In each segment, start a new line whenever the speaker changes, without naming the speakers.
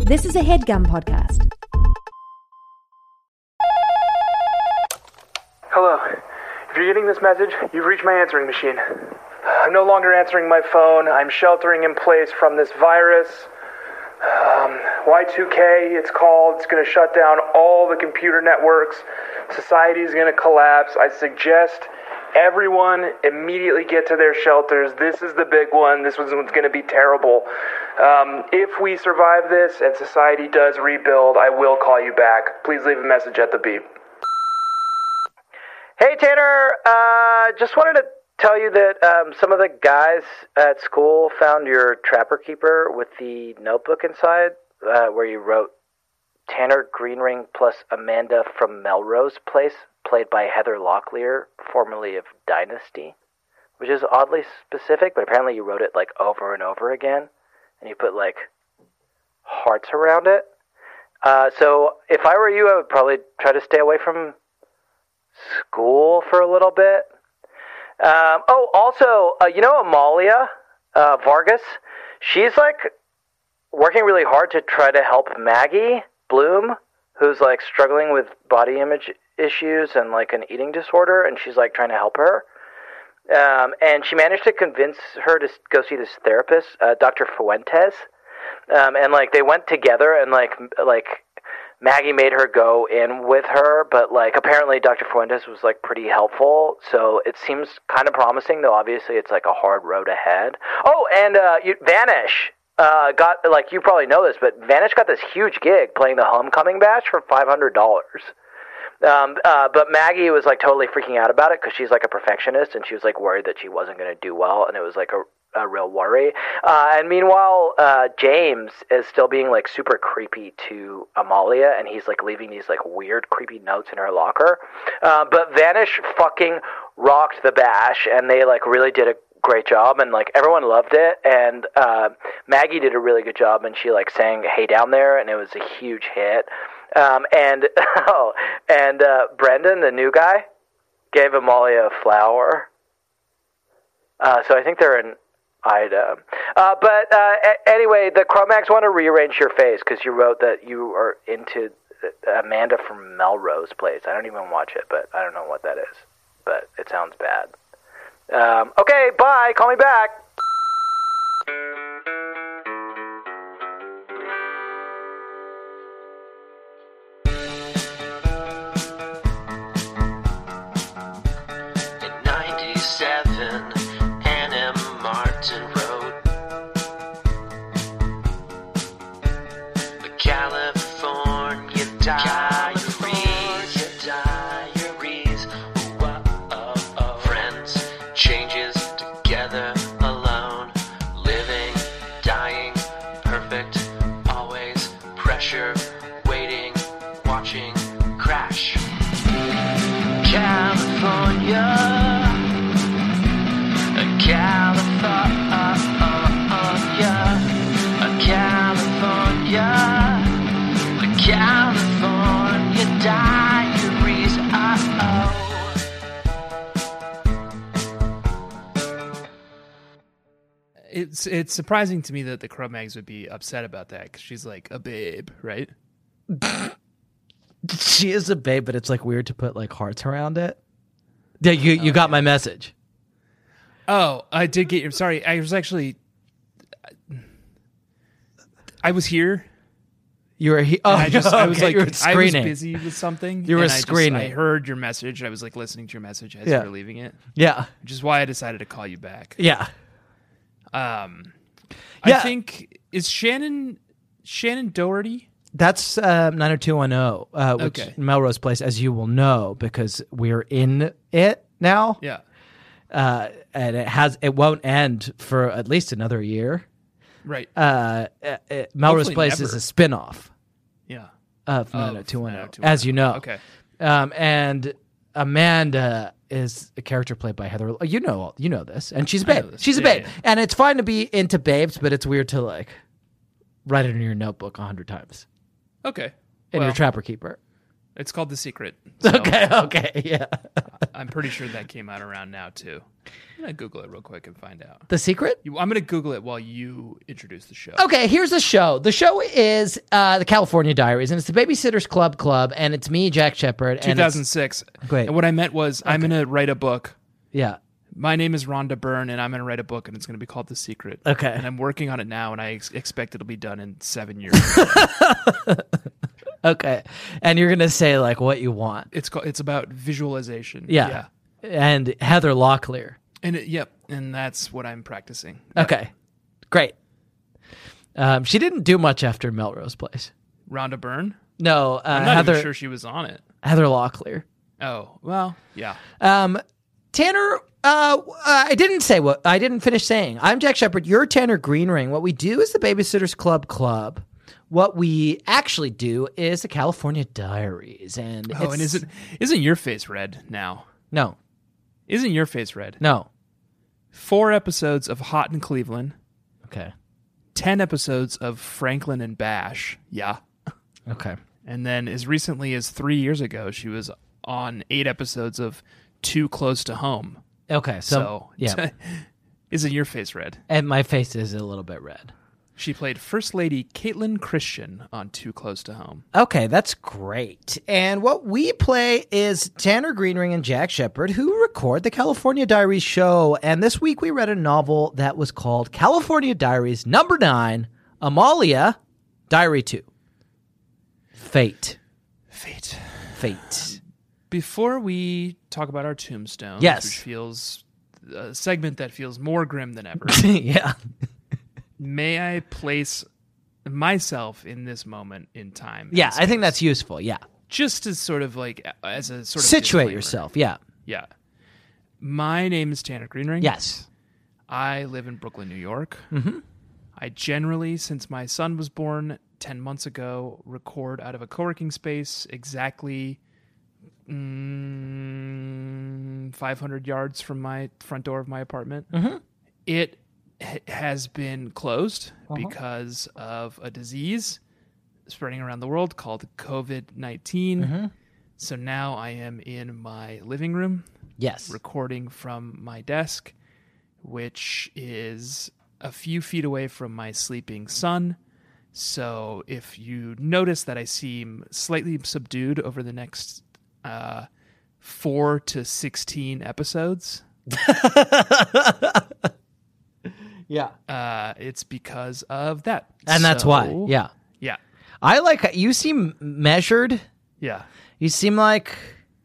This is a headgum podcast.
Hello. If you're getting this message, you've reached my answering machine. I'm no longer answering my phone. I'm sheltering in place from this virus. Um, Y2K, it's called. It's going to shut down all the computer networks. Society is going to collapse. I suggest everyone immediately get to their shelters. This is the big one. This one's going to be terrible. Um, if we survive this and society does rebuild, I will call you back. Please leave a message at the beep.
Hey Tanner, uh, just wanted to tell you that um, some of the guys at school found your Trapper Keeper with the notebook inside, uh, where you wrote Tanner Greenring plus Amanda from Melrose Place, played by Heather Locklear, formerly of Dynasty, which is oddly specific, but apparently you wrote it like over and over again, and you put like hearts around it. Uh, so if I were you, I would probably try to stay away from school for a little bit. Um, oh, also, uh, you know Amalia uh, Vargas? She's like working really hard to try to help Maggie Bloom, who's like struggling with body image issues and like an eating disorder, and she's like trying to help her. Um, and she managed to convince her to s- go see this therapist, uh, Dr. Fuentes. Um, and like they went together, and like m- like Maggie made her go in with her, but like apparently Dr. Fuentes was like pretty helpful, so it seems kind of promising. Though obviously it's like a hard road ahead. Oh, and uh, you, Vanish uh, got like you probably know this, but Vanish got this huge gig playing the Homecoming Bash for five hundred dollars. Um, uh, but Maggie was like totally freaking out about it because she's like a perfectionist and she was like worried that she wasn't going to do well, and it was like a, a real worry. Uh, and meanwhile, uh, James is still being like super creepy to Amalia, and he's like leaving these like weird creepy notes in her locker. Uh, but Vanish fucking rocked the bash, and they like really did a great job and like everyone loved it and uh, maggie did a really good job and she like sang hey down there and it was a huge hit um, and oh and uh, brendan the new guy gave amalia a flower uh, so i think they're in Ida. Uh, but uh, a- anyway, the Chromax want to rearrange your face because you wrote that you are into uh, Amanda from Melrose Place. I don't even watch it, but I don't know what that is. But it sounds bad. Um, okay, bye. Call me back.
at 97 and M. Martin Road. The California Diaries. Diaries. Whoa, oh, oh. Friends, changes together alone. Living, dying, perfect, always pressure, waiting, watching, crash. California. California. California. California Diaries. Oh, oh.
It's it's surprising to me that the Cro Mags would be upset about that because she's like a babe, right?
she is a babe, but it's like weird to put like hearts around it. Yeah, you you got my message.
Oh, I did get your. Sorry, I was actually. I was here.
You were he- oh,
I just I was
okay,
like
you were
I was
screening.
busy with something.
You were
and I just- I
screening.
heard your message. I was like listening to your message as
Yeah.
you were leaving it,
Yeah,
which is why I decided to call you back.
yeah.
Um, I
Yeah.
think is Shannon Shannon Doherty.
That's um, 90210, uh, which
Okay.
Melrose Place, as you will know, because we're in it now,
Yeah.
uh, and it has it won't end for at least another year.
Right.
Uh, uh, uh, Melrose
Hopefully
Place
never.
is a spin-off
yeah.
of
Of
90210,
90210.
as you know.
Okay.
Um, and Amanda is a character played by Heather. You know, you know this, and she's a
I know
babe.
this.
She's a
Yeah,
babe,
yeah.
and it's fine to be into babes, but it's weird to like write it in your notebook a hundred times
Okay.
in
Well,
your trapper keeper.
It's called The Secret. So
Okay, okay, yeah.
I'm pretty sure that came out around now too. I'm gonna Google it real quick and find out.
The secret?
You, I'm gonna Google it while you introduce the show.
Okay, here's the show. The show is uh, the California Diaries, and it's the Babysitters Club Club, and it's me, Jack Shepard. and it's-
2006.
Great.
And what I meant was, I'm gonna write a book.
Yeah.
My name is Rhonda Byrne, and I'm gonna write a book, and it's gonna be called The Secret.
Okay.
And I'm working on it now, and I ex- expect it'll be done in seven years.
Okay. And you're gonna say like what you want.
it's called. It's about visualization.
Yeah. And Heather Locklear.
And it, yep. And that's what I'm practicing.
Okay. Great. Um, she didn't do much after Melrose Place.
Rhonda Byrne.
No, uh,
I'm not
Heather
even sure she was on it.
Heather Locklear.
Oh well. Yeah.
Um, Tanner, uh, w- uh, I didn't say what I didn't finish saying. I'm Jack Shepard. You're Tanner Greenring. What we do is the Babysitters Club Club. What we actually do is the California Diaries, and
Oh, and
it's-
isn't isn't your face red now?
no,
Isn't your face red?
no,
Four episodes of Hot in Cleveland,
okay,
10 episodes of Franklin and Bash. Yeah.
okay,
And then as recently as three years ago, she was on eight episodes of Too Close to Home.
okay. So,
So,
yeah,
isn't your face red?
and my face is a little bit red.
She played First Lady Caitlin Christian on Too Close to Home.
Okay, that's great. And what we play is Tanner Greenring and Jack Shepard, who record the California Diaries show. And this week we read a novel that was called California Diaries Number Nine, Amalia, Diary Two. Fate.
Fate.
Fate.
Before we talk about our tombstones,
Yes.
which feels a segment that feels more grim than ever,
yeah.
may I place myself in this moment in time?
Yeah,
as-
I think that's useful. Yeah.
just as sort of like as a sort of
Situate
disclaimer.
yourself. Yeah.
Yeah. My name is Tanner Greenring.
Yes.
I live in Brooklyn, New York. Mm-hmm. I generally, since my son was born 10 months ago, record out of a co working space exactly mm, 500 yards from my front door of my apartment. It h- has been closed because of a disease spreading around the world called COVID 19. So now I am in my living room
Yes.
recording from my desk, which is a few feet away from my sleeping son. So if you notice that I seem slightly subdued over the next uh, four to 16 episodes,
Yeah.
uh, it's because of that.
And that's
So-
why. Yeah.
Yeah.
I like you seem measured.
Yeah.
You seem like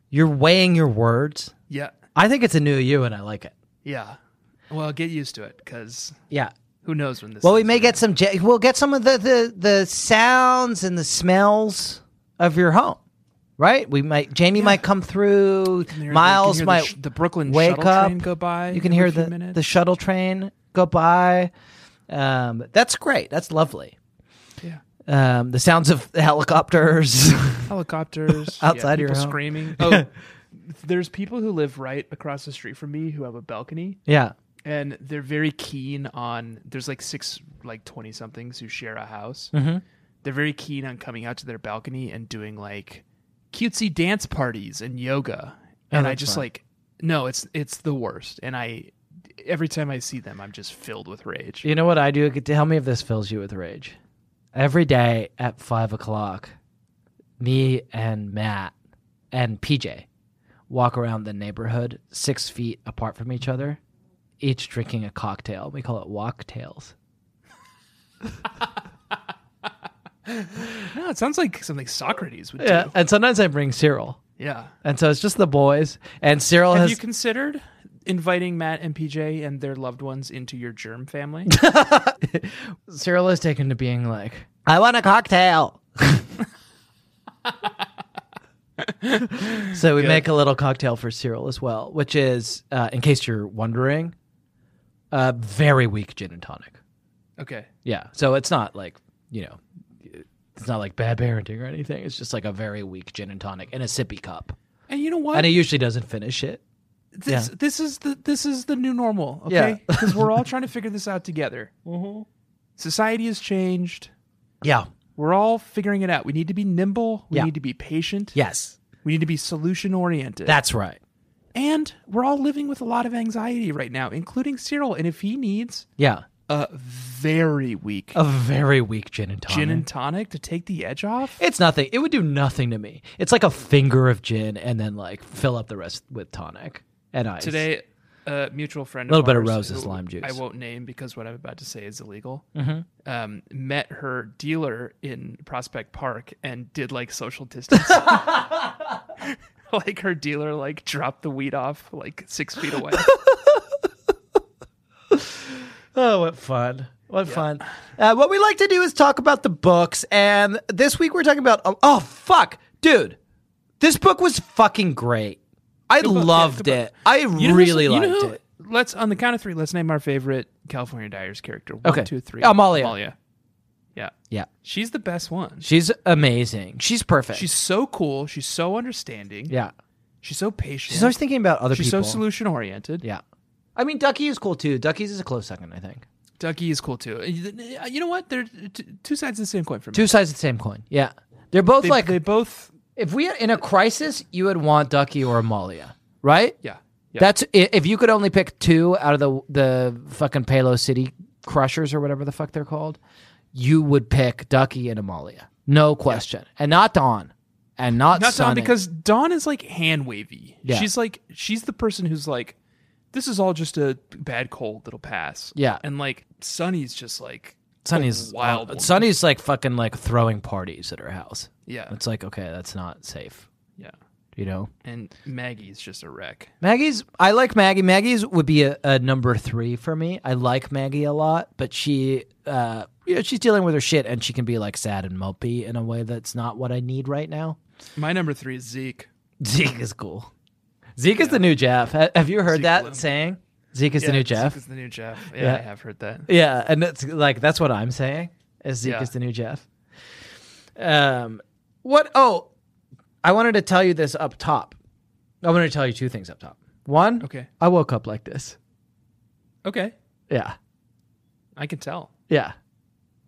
you're weighing your words.
Yeah.
I think it's a new you, and I like it.
Yeah. Well, get used to it because
Yeah.
who knows when this
Well, we
thing's
may
gonna-
get some. Ja- we'll get some of the, the the sounds and the smells of your home, right? We might. Jamie might come through.
hear- you can
Miles
hear the
might
sh- the Brooklyn
wake
shuttle
up.
train go by
You can
every
hear
few
the
minutes.
the shuttle train go by. Um, that's great. That's lovely.
Yeah.
Um, the sounds of helicopters.
helicopters
Outside
yeah,
your
people
home.
screaming. Oh, there's people who live right across the street from me who have a balcony,
yeah.
and they're very keen on. There's like six, like twenty somethings who share a house.
Mm-hmm.
They're very keen on coming out to their balcony and doing like cutesy dance parties and yoga. And I
Oh, that's
just
fun.
like, no, it's it's the worst. And I, every time I see them, I'm just filled with rage.
You know what I do? Tell me if this fills you with rage. Every day at five o'clock, me and Matt and PJ walk around the neighborhood six feet apart from each other, each drinking a cocktail. We call it walktails.
No, Oh, it sounds like something Socrates would do.
And sometimes I bring Cyril.
Yeah.
And so it's just the boys. And Cyril
Have
has.
you considered inviting Matt and PJ and their loved ones into your germ family?
Cyril has taken to being like, I want a cocktail. so we make a little cocktail for Cyril as well, which is, uh, in case you're wondering, uh, very weak gin and tonic.
okay.
Yeah. So it's not like, you know, it's not like bad parenting or anything. It's just like a very weak gin and tonic in a sippy cup.
And you know what?
And he usually doesn't finish it.
this
yeah.
this is the this is the new normal,
Yeah.
okay? Because we're all trying to figure this out together. Society has changed.
Yeah.
We're all figuring it out. We need to be nimble. We
Yeah.
need to be patient.
Yes,
We need to be solution oriented.
that's right.
and we're all living with a lot of anxiety right now, including Cyril. And if he needs
Yeah,
a very weak
a very weak gin and tonic.
gin and tonic to take the edge off,
it's nothing. It would do nothing to me. It's like a finger of gin, and then like fill up the rest with tonic and ice.
today a mutual friend
Little
of
bit of
ours,
roses,
who
lime juice. Mm-hmm.
i won't name because what i'm about to say is illegal um, met her dealer in prospect park and did like social distance like her dealer like dropped the weed off like six feet away
Oh, what fun. What fun. Uh, what we like to do is talk about the books. And this week we're talking about. Oh, oh, fuck. Dude, this book was fucking great. I
book, yeah,
loved
good book.
it. I
You know who's-
really
you know
liked
who-
it.
let's on the count of three let's name our favorite california diaries character One,
Okay. Oh,
two, three.
Amalia.
amalia yeah
Yeah.
she's the best one
She's amazing. She's perfect.
she's so cool she's so understanding
yeah.
she's so patient
She's always thinking about other
she's
people.
so solution oriented
Yeah. I mean, Ducky is cool too. Ducky's is a close second, I think.
Ducky is cool too. You know what? They're t- two sides of the same coin for me.
Two sides of the same coin. Yeah. They're both
they,
like,
they both.
if we in a crisis, you would want Ducky or Amalia, right?
Yeah, yeah.
That's i- if you could only pick two out of the the fucking Palo City Crushers or whatever the fuck they're called, you would pick Ducky and Amalia, no question, and not Dawn, and not
not Dawn
Sonny.
because Dawn is like hand wavy.
Yeah.
She's like she's the person who's like, this is all just a bad cold that'll pass.
Yeah.
and like Sunny's just like
Sonny's
a wild. woman.
Sonny's uh, like fucking like throwing parties at her house.
Yeah,
It's like okay, that's not safe,
yeah.
you know.
And Maggie's just a wreck.
Maggie's I like Maggie. Maggie's would be a, a number three for me. I like Maggie a lot, but she uh you know, she's dealing with her shit and she can be like sad and mopey in a way that's not what I need right now.
My number three is Zeke.
Zeke is cool. Zeke is the new Jeff. Ha- Have you heard
Zeke
that
Bloom.
saying? Zeke is
Yeah,
the new
Zeke
Jeff.
is the new Jeff. Yeah,
Yeah.
I have heard that.
Yeah, and it's like that's what I'm saying. Is Zeke
Yeah.
is the new Jeff. Um, what? Oh, I wanted to tell you this up top. I wanted to tell you two things up top. One,
Okay.
I woke up like this.
Okay,
Yeah,
I can tell.
yeah.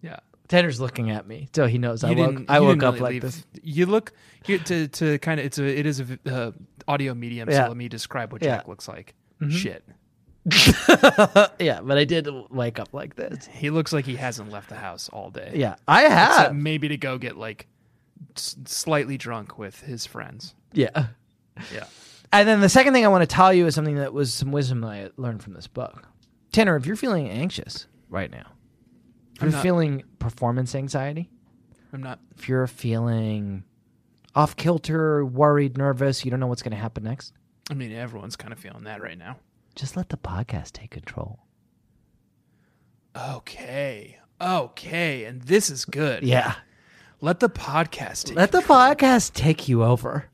Yeah.
Tanner's looking at me, so he knows I
You
woke.
didn't-
I
you
woke
didn't
up
really
like
leave.
this.
You look you, to to kind of it's a it is a vi- uh, audio medium.
Yeah.
So let me describe what
Yeah. Mm-hmm.
Jack looks like. Shit,
Yeah, but I did wake up like this.
he looks like he hasn't left the house all day.
Yeah, Ah! I
Except
have.
maybe to go get like s- slightly drunk with his friends.
Yeah.
Yeah,
And then the second thing I want to tell you is something that was some wisdom that I learned from this book. Tanner, if you're feeling anxious right now, if
I'm
you're
not.
feeling performance anxiety,
I'm not.
if you're feeling off kilter, worried, nervous, you don't know what's going to happen next,
I mean, everyone's kind of feeling that right now.
just let the podcast take control.
Okay, okay, and this is good.
Yeah.
let the podcast. Take
Let the podcast take you over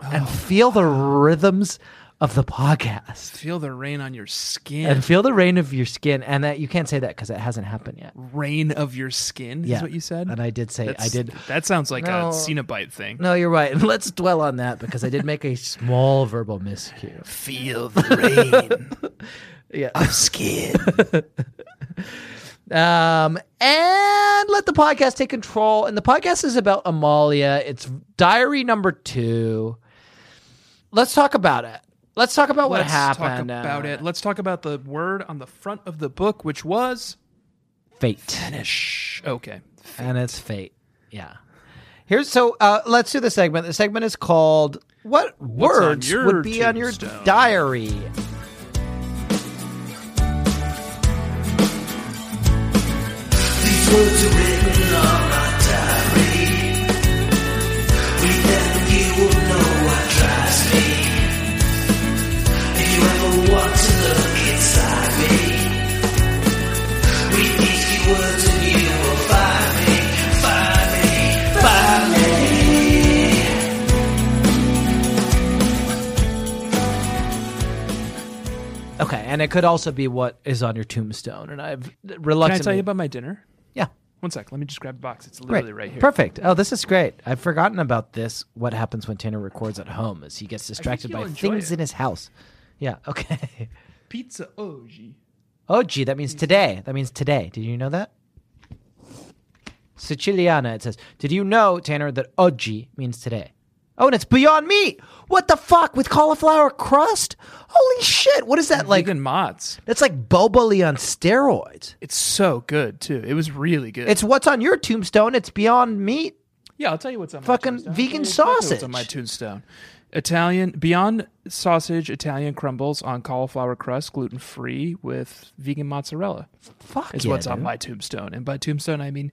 Oh.
and feel the rhythms of the podcast
feel the rain on your skin.
and feel the rain of your skin. And that you can't say that because it hasn't happened yet.
rain of your skin is what you said.
And I did say, I
That's-
did.
That sounds like
No.
a Cenobite thing.
No, you're right. And let's dwell on that because I did make a small verbal miscue.
Feel the rain.
Yeah.
of skin.
Um, and let the podcast take control. And the podcast is about Amalia. It's diary number two. Let's talk about it. Let's talk about what
Let's
happened.
talk about
Uh,
it. Let's talk about the word on the front of the book, which was
Fate.
finish. Okay.
And it's fate. Yeah. Here's so uh, let's do the segment. The segment is called What
on
Words
your
Would Be on Your
tombstone?
Diary?
These words are written on my diary. We never you will know what drives me. If you ever want to look inside me, read these few words and you will find me, find me, find me.
Okay, and it could also be what is on your tombstone. And I've
Can I
reluctantly.
tell you about my dinner?
yeah.
One sec. Let me just grab the box. It's literally
Great.
right here.
Perfect. Oh, this is great. I've forgotten about this. What happens when Tanner records at home is he gets distracted
you'll
by
enjoy
things
it.
in his house. Yeah. Okay.
Pizza OG.
Oh, gee, that means today. That means today. Did you know that? Siciliana, it says, Did you know, Tanner, that oggi means today? Oh, and it's Beyond Meat! What the fuck? With cauliflower crust? Holy shit! What is that like?
Vegan Mott's.
That's like Boboli on steroids.
It's so good too. It was really good.
It's what's on your tombstone. It's Beyond Meat.
yeah. I'll tell you what's on
Fucking
my tombstone.
vegan
I'll tell you exactly What's on my
sausage.
tombstone? Italian Beyond sausage, Italian crumbles on cauliflower crust, gluten free with vegan mozzarella.
Fuck
Is
yeah,
what's on
dude.
my tombstone, and by tombstone I mean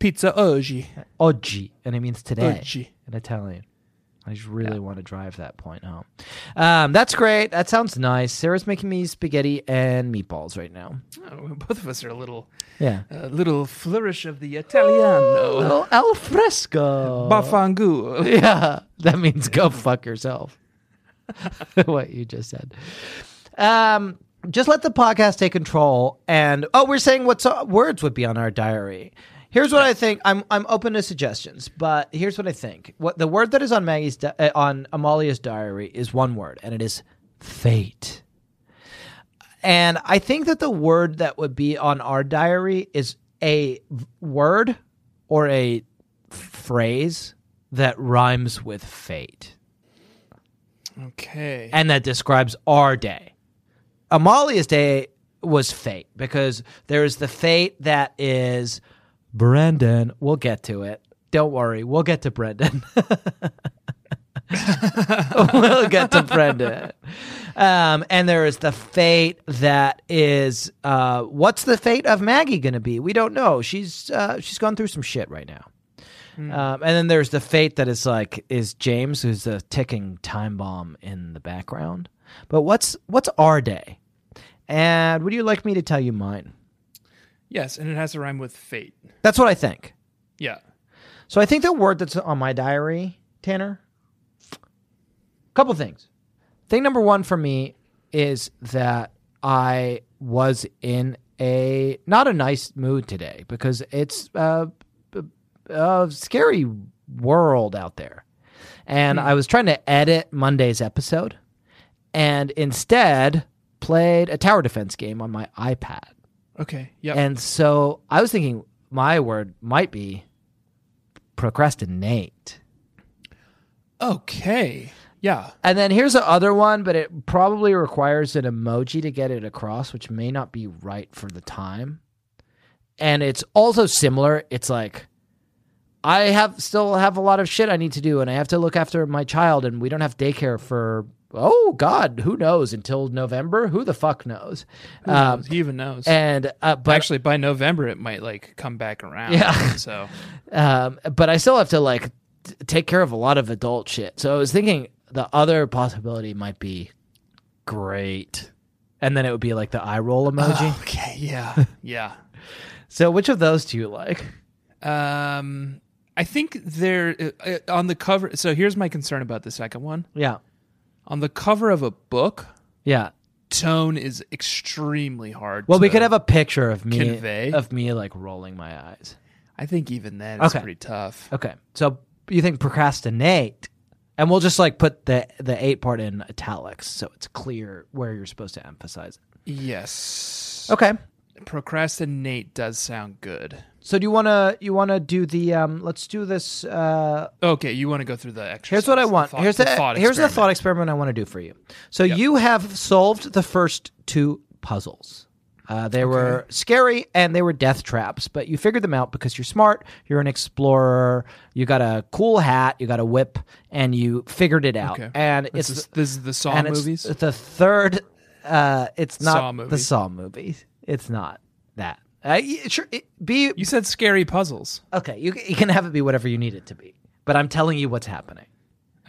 pizza oggi.
Oggi, and it means today
Oggi.
in Italian. I just really want to drive that point home. Um, that's great. That sounds nice. Sarah's making me spaghetti and meatballs right now. Uh,
Oh, both of us are a little,
Yeah.
a little flourish of the Italiano.
Oh, al fresco.
Bafangu.
Yeah, that means go fuck yourself. what you just said. Um, just let the podcast take control. And oh, we're saying what so- words would be on our diary. Here's what I think. I'm I'm open to suggestions, but here's what I think. What the word that is on Maggie's di- uh, on Amalia's diary is one word, and it is fate. And I think that the word that would be on our diary is a v- word or a phrase that rhymes with fate
Okay.
and that describes our day. Amalia's day was fate because there is the fate that is Brendan. We'll get to it. Don't worry, we'll get to Brendan. we'll get to Brendan. Um, and there is the fate that is uh, what's the fate of Maggie going to be? We don't know. She's uh, she's gone through some shit right now. Um, and then there's the fate that is like is James, who's the ticking time bomb in the background. But what's what's our day? And would you like me to tell you mine?
Yes, and it has to rhyme with fate.
That's what I think.
Yeah.
So I think the word that's on my diary, Tanner. Couple things. Thing number one for me is that I was in a not a nice mood today because it's uh, b- a scary world out there, and I was trying to edit Monday's episode, and instead played a tower defense game on my iPad.
Okay. Yeah.
And so I was thinking my word might be procrastinate.
okay. Yeah.
And then here's the other one, but it probably requires an emoji to get it across, which may not be right for the time. And it's also similar. It's like I have still have a lot of shit I need to do and I have to look after my child and we don't have daycare for oh god, who knows until November? Who the fuck knows? Um,
he even knows.
and uh, but
Actually, by November, it might like come back around.
Yeah.
So
um, but I still have to like t- take care of a lot of adult shit. So I was thinking the other possibility might be great, and then it would be like the eye roll emoji.
okay. Yeah. Yeah.
so which of those do you like?
Um, I think there uh, uh, on the cover. So here's my concern about the second one.
Yeah,
On the cover of a book,
yeah.
tone is extremely hard.
Well, we
to-
could have a picture of me
Convey?
of me like rolling my eyes.
I think even then it's
Okay.
pretty tough.
Okay, so you think procrastinate, and we'll just like put the the eight part in italics so it's clear where you're supposed to emphasize it.
Yes.
Okay.
Procrastinate does sound good.
So do you wanna you wanna do the um? Let's do this. uh
Okay, you want to go through the exercise.
Here's what I want.
thought-
here's the, here's the
experiment.
thought experiment I want to do for you. So you have solved the first two puzzles. Uh, they were scary and they were death traps, but you figured them out because you're smart. You're an explorer. You got a cool hat. You got a whip, and you figured it out.
Okay.
And
This
it's
is, this is the Saw
and
movies.
It's the third. Uh, it's not
Saw
the
movie.
Saw movies. It's not that. Uh, y- sure, it, be
you said scary puzzles.
okay. You, you can have it be whatever you need it to be, but I'm telling you what's happening.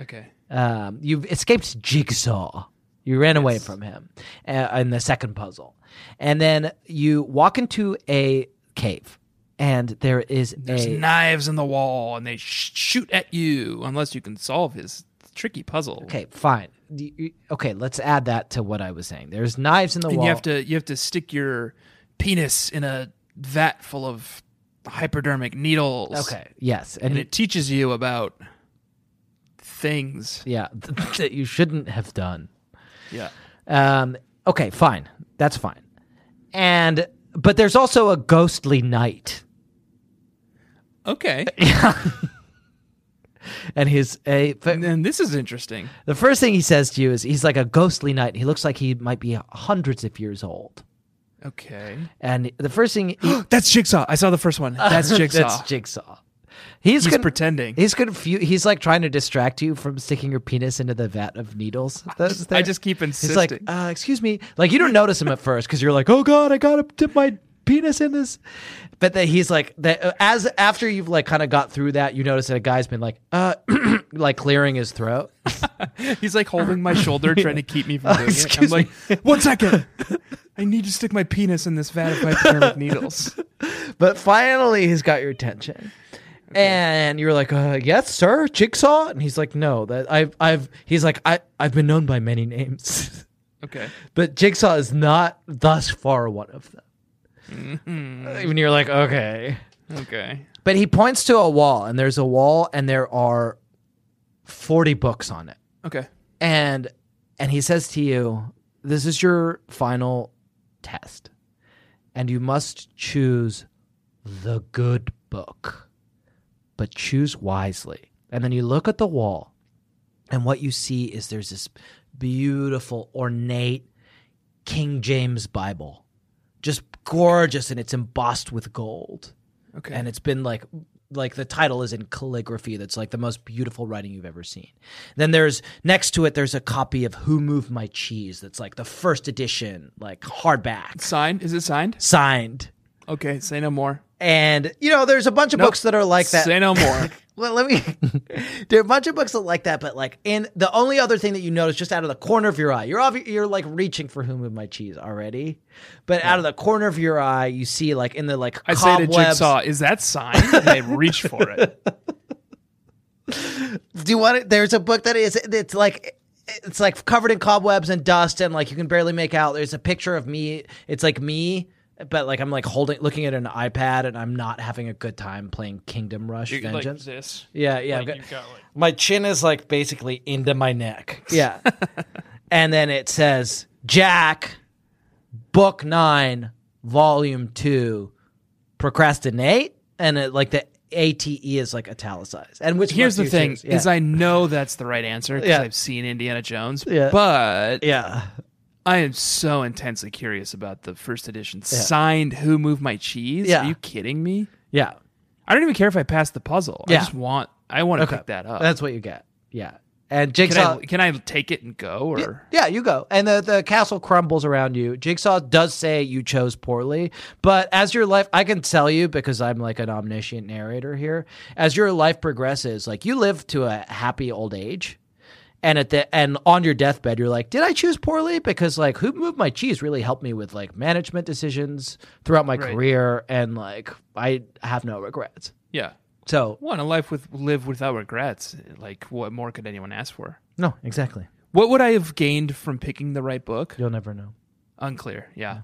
Okay.
Um, you've escaped Jigsaw. You ran away from him uh, in the second puzzle. And then you walk into a cave, and there is
There's
a.
knives in the wall, and they sh- shoot at you unless you can solve his tricky puzzle.
okay, fine. Do you- Okay, let's add that to what I was saying. There's knives in the
And
wall.
you have to you have to stick your penis in a vat full of hypodermic needles.
Okay, yes. And,
And it teaches you about things.
yeah, that you shouldn't have done.
Yeah.
Um, okay, fine. That's fine. And. But there's also a ghostly night.
Okay.
And his a
And then this is interesting.
the first thing he says to you is he's like a ghostly knight. He looks like he might be hundreds of years old.
Okay.
And the first thing he,
That's Jigsaw. I saw the first one. That's Jigsaw.
That's Jigsaw. He's,
He's
con-
pretending.
He's confused. He's like trying to distract you from sticking your penis into the vat of needles. That's
I just keep
He's like,
insisting.
uh, excuse me. Like you don't notice him at first because you're like, oh god, I gotta dip my penis in this. But then he's like, that as after you've like kind of got through that, you notice that a guy's been like, uh, like clearing his throat.
He's like holding my shoulder, trying to keep Oh, me from doing it. I'm
Excuse
like, one second. I need to stick my penis in this vat of hypodermic needles.
But finally, he's got your attention. And you're like, uh, yes, sir, Jigsaw, and he's like, no, that I've, I've, he's like, I, I've been known by many names.
Okay.
But Jigsaw is not thus far one of them. When you're like, okay.
Okay.
Mm-hmm. But he points to a wall, and there's a wall, and there are 40 books on it.
Okay.
And and he says to you, This is your final test. And you must choose the good book. But choose wisely. And then you look at the wall, and what you see is there's this beautiful, ornate King James Bible. Just gorgeous, and it's embossed with gold
Okay.
and it's been like like the title is in calligraphy that's like the most beautiful writing you've ever seen then there's next to it there's a copy of who moved my cheese that's like the first edition like hardback
signed? Is it signed?
signed
Okay. Say no more.
and you know there's a bunch of books that are like that
Say no more.
well, let me. there are a bunch of books that like that, but like, and the only other thing that you notice just out of the corner of your eye, you're obvi- you're like reaching for whom with my cheese already, but out of the corner of your eye, you see like in the like
I say to
cobwebs-
Jigsaw, is that signed? And I reach for it.
Do you want it? There's a book that is it's like it's like covered in cobwebs and dust and like you can barely make out. There's a picture of me. It's like me, but like I'm like holding looking at an iPad and I'm not having a good time playing Kingdom Rush
You- like
Vengeance.
this.
yeah, yeah. I've got-
You've got like
my chin is like basically into my neck. Yeah. and then it says Jack, Book Nine, Volume Two, Procrastinate, and it, like the ATE is like italicized. And which
Here's the
one do you
thing:
choose? Yeah.
is I know that's the right answer because
Yeah.
I've seen Indiana Jones,
Yeah.
but
yeah.
I am so intensely curious about the first edition signed "Who Moved My Cheese."
Yeah.
Are you kidding me?
Yeah.
I don't even care if I pass the puzzle.
Yeah.
I just want I want to pick that up.
That's what you get. Yeah. And
can
Jigsaw.
I can I take it and go or
yeah, you go. And the, the castle crumbles around you. Jigsaw does say you chose poorly, but as your life, I can tell you because I'm like an omniscient narrator here, as your life progresses, like you live to a happy old age. And at the and on your deathbed, you're like, did I choose poorly? Because like, who moved my cheese really helped me with like management decisions throughout my
Right.
career, and like, I have no regrets.
yeah?
So
One a life with live without regrets. Like what more could anyone ask for?
no, exactly.
What would I have gained from picking the right book?
You'll never know.
Unclear. Yeah,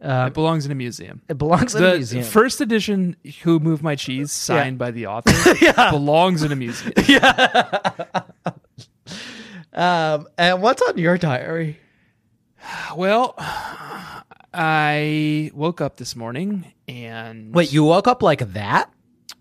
Um,
it belongs in a museum.
It belongs in
the
a museum.
first edition who moved my cheese signed by the author belongs in a museum
um, and what's on your diary?
well i woke up this morning and
Wait, you woke up like that?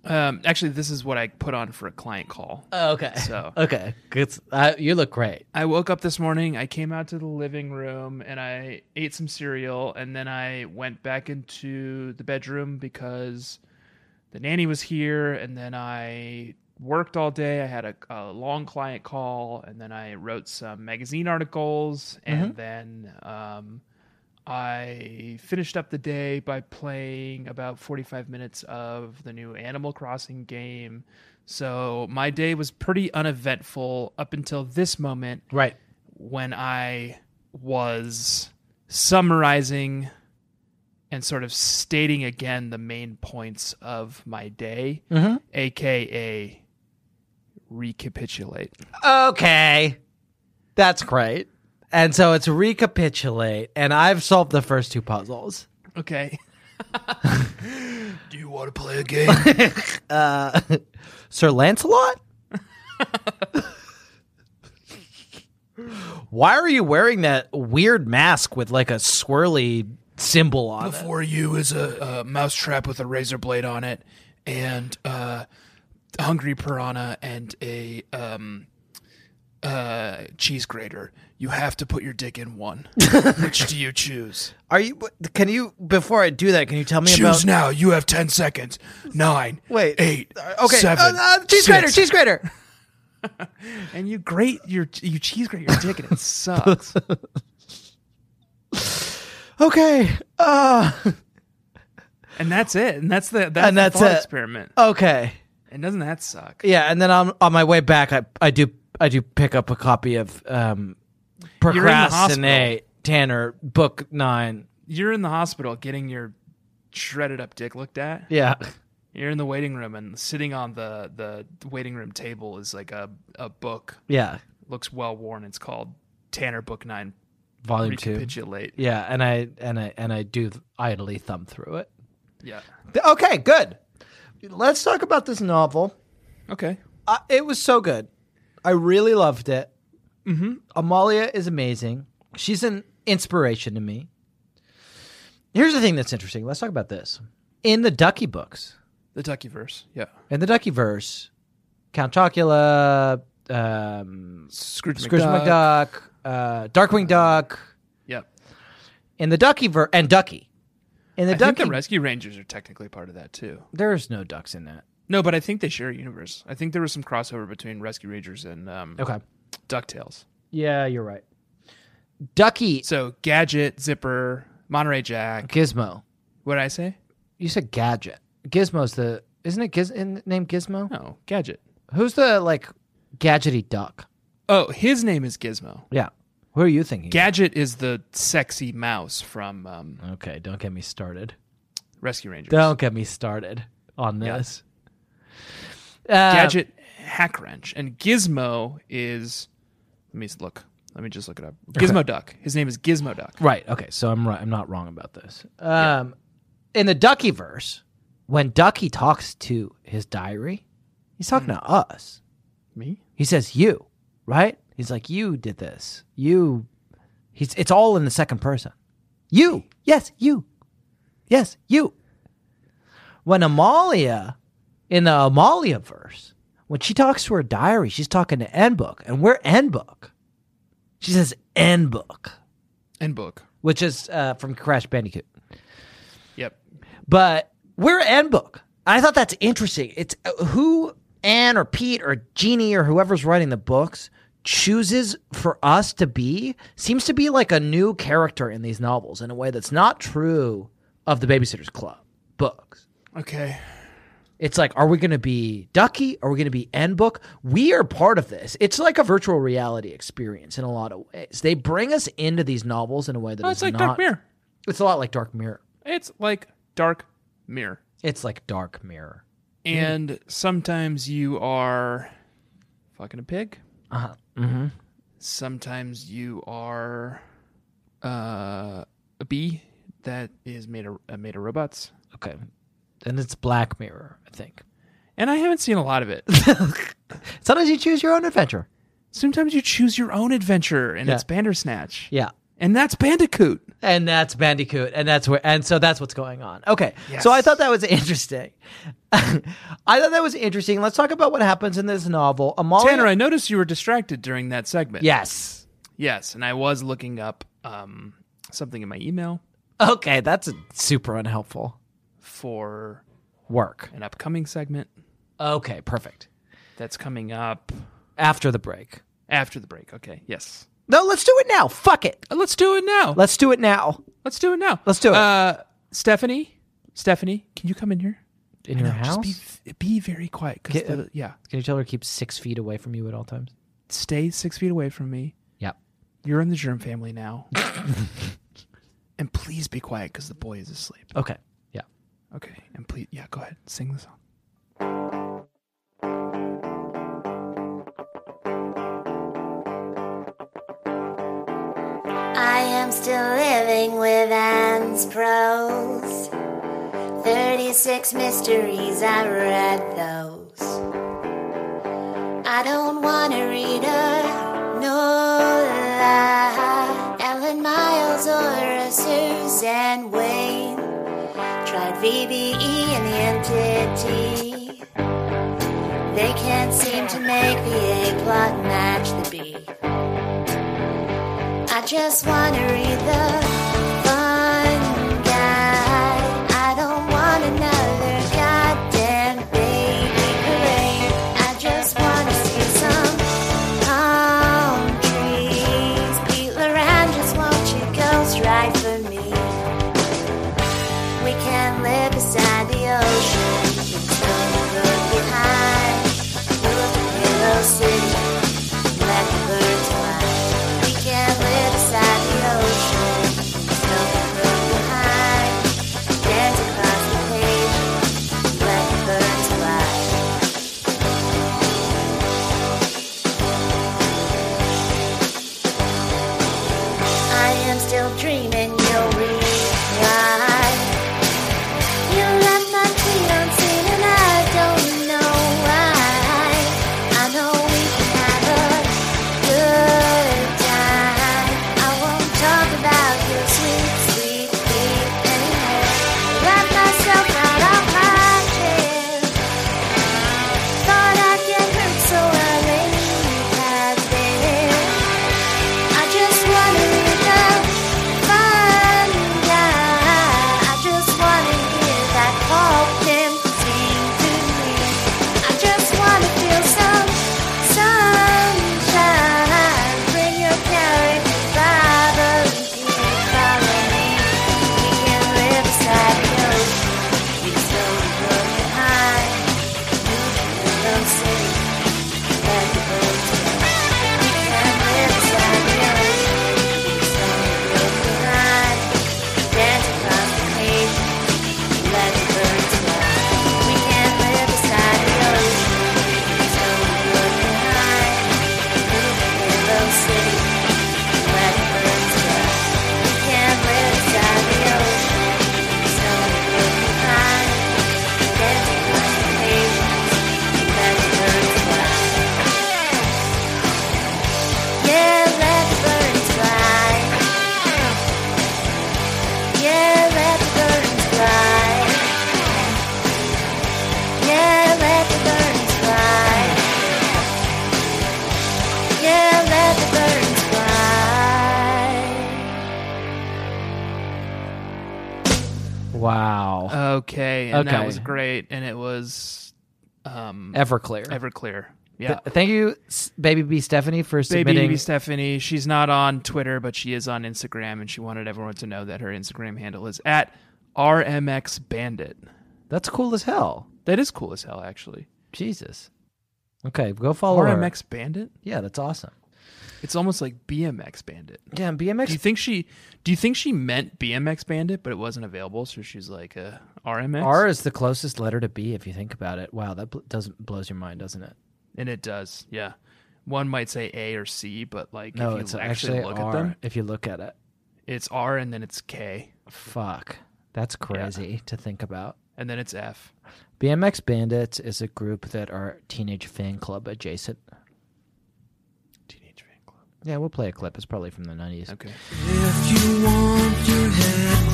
um, actually this is what i put on for a client
Oh,
call
Okay.
So-
okay, good. Uh, you look great.
i woke up this morning i came out to the living room and i ate some cereal and then i went back into the bedroom because the nanny was here and then i worked all day i had a, a long client call and then i wrote some magazine articles and then um, i finished up the day by playing about 45 minutes of the new animal crossing game so my day was pretty uneventful up until this moment
Right.
when I was summarizing and sort of stating again the main points of my day, aka recapitulate.
Okay, that's great. And so it's recapitulate, and I've solved the first two puzzles.
Okay. Do you want to play a game?
Sir Lancelot? Why are you wearing that weird mask with like a swirly symbol on it.
Before you is a, a mousetrap with a razor blade on it, and uh, hungry piranha and a um, uh, cheese grater. You have to put your dick in one. Which do you choose?
Are you? Can you? Before I do that, can you tell me about?
Choose now. You have ten seconds. Nine.
Wait.
Eight.
Okay.
Seven.
uh, uh, cheese grater.
six.
Cheese grater.
And you grate your you cheese grate your dick, and it sucks.
Okay. Uh,
and that's it. And that's the that's
And
the
that's
thought
it.
experiment.
okay.
And doesn't that suck?
Yeah, and then on on my way back, I I do I do pick up a copy of um,
in the hospital.
procrastinate Tanner book nine.
You're in the hospital getting your shredded up dick looked at.
Yeah.
You're in the waiting room and sitting on the the waiting room table is like a a book.
Yeah.
Looks well worn. It's called Tanner Book Nine.
Volume two.
Recapitulate.
Yeah, and I and I and I do idly thumb through it.
Yeah.
Okay, good. Let's talk about this novel.
Okay.
Uh, it was so good. I really loved it. Mm-hmm. Amalia is amazing. She's an inspiration to me. Here's the thing that's interesting. Let's talk about this. In the Ducky books,
The Duckyverse. Yeah.
in the Ducky verse, Count Chocula, um,
Scrooge,
Scrooge McDuck, uh, Darkwing Duck,
Yeah.
in the Ducky ver- and Ducky. In the
I think
Ducky,
the Rescue Rangers are technically part of that too.
there's no ducks in that.
No, but I think they share a universe. I think there was some crossover between Rescue Rangers and um,
Okay.
Ducktales.
Yeah, you're right. Ducky
So Gadget, Zipper, Monterey Jack.
Gizmo.
What did I say?
You said Gadget. Gizmo's the isn't it Giz in name Gizmo?
No, Gadget.
Who's the like gadgety duck?
Oh, his name is Gizmo.
Yeah. Who are you thinking?
Gadget is the sexy mouse from um,
okay, don't get me started.
Rescue Rangers.
Don't get me started on this. Uh,
Gadget, Hack Wrench, and Gizmo is. Let me s- look. Let me just look it up. Gizmo Duck. His name is Gizmo Duck.
Um, Right. Okay. So I'm right. I'm not wrong about this. Um, in the Ducky verse, when Ducky talks to his diary, he's
Hmm.
talking to us.
Me?
He says you, right? He's like you did this. You. He's. It's all in the second person. You. Yes. You. Yes. You. When Amalia, in the Amalia verse, when she talks to her diary, she's talking to N Book, and we're N Book. She says N Book
And Book.
which is uh, from Crash Bandicoot.
Yep.
But we're Ann Book. I thought that's interesting. It's uh, who Ann or Pete or Jeannie or whoever's writing the books chooses for us to be seems to be like a new character in these novels in a way that's not true of the Babysitter's Club books.
Okay.
It's like, are we going to be Ducky? Are we going to be N Book? We are part of this. It's like a virtual reality experience in a lot of ways. They bring us into these novels in a way that
Oh,
is
it's like
not,
Dark Mirror.
It's a lot like Dark Mirror.
It's like Dark Mirror.
It's like Dark Mirror.
And sometimes you are fucking a pig.
Uh huh.
Sometimes you are uh, a bee that is made of uh, made of robots.
Okay. And it's Black Mirror, I think.
And I haven't seen a lot of it.
Sometimes you choose your own adventure.
Sometimes you choose your own adventure, and
Yeah.
it's Bandersnatch.
Yeah.
And that's Bandicoot.
And that's Bandicoot, and that's where, and so that's what's going on. Okay, so I thought that was interesting. I thought that was interesting. Let's talk about what happens in this novel. Amalia,
Tanner, I noticed you were distracted during that segment.
yes,
Yes, and I was looking up um, something in my email
okay, that's super unhelpful
for
work.
an upcoming segment
Okay, perfect.
that's coming up
After the break.
after the break. Okay. Yes.
No, let's do it now. Fuck it.
Uh, Let's do it now.
Let's do it now.
Let's do it now.
Let's do it.
Uh, Stephanie, Stephanie, can you come in here?
In your house?
Just be, be very quiet. 'cause
Get-
the- yeah.
Can you tell her to keep six feet away from you at all times?
Stay six feet away from me.
Yep.
You're in the germ family now. and please be quiet because the boy is asleep.
Okay. Yeah.
Okay. And please, yeah, go ahead. Sing the song.
I am still living with Anne's prose. 36 mysteries, I read those. I don't want to read a Nola, Ellen Miles, or a Suze Bruce and Wayne. Tried VBE and the entity. They can't seem to make the A plot match the B. I just want to read the fun guide. I don't want another goddamn baby parade. I just want to see some palm trees. Pete Loran, just won't you ghost ride for me? We can live beside the ocean. It's no good behind. Look at Pillow City. Let the birds fly. We can live beside the ocean. It's no good behind. Dance across the page. Let the birds fly. I am still dreaming you'll rewind. You left my tea unseen and I don't know why. I know we can have a good time. I won't talk about your sweet, sweet sleep anymore. Left myself out of my chair. Thought I'd get hurt so I laid back there. I just wanna live the fun guy. I just wanna hear that Falcon sing to me. I just wanna feel some sunshine. Bring your carrot Bible follow me. We can live beside the ocean. We can still look behind. You can city and the birds fly. Yeah. Yeah, let the birds fly. Yeah, let the birds fly. Yeah, let the birds fly. Yeah, let the birds fly.
Wow.
Okay, and that
Okay.
was great, and it was um,
Everclear.
Everclear. Yeah,
Th- thank you, S- Baby B Stephanie, for
baby
submitting.
Stephanie. She's not on Twitter, but she is on Instagram, and she wanted everyone to know that her Instagram handle is at RMX Bandit.
That's cool as hell.
That is cool as hell, actually.
Jesus. Okay, go follow her.
RMX Bandit.
Yeah, that's awesome.
It's almost like BMX Bandit.
Damn, BMX.
Do you think she? Do you think she meant BMX Bandit, but it wasn't available, so she's like uh, RMX?
R is the closest letter to B if you think about it. Wow, that bl- doesn't blows your mind, doesn't it?
and it does. Yeah, one might say A or C, but like
No,
if you
it's
actually,
actually
look
R
at them,
if you look at it.
it's R and then it's K
Fuck. That's crazy to think about.
and then it's F.
BMX Bandits is a group that are teenage fan club adjacent.
Teenage fan club.
Yeah, we'll play a clip. It's probably from the 90s.
Okay.
If you want your head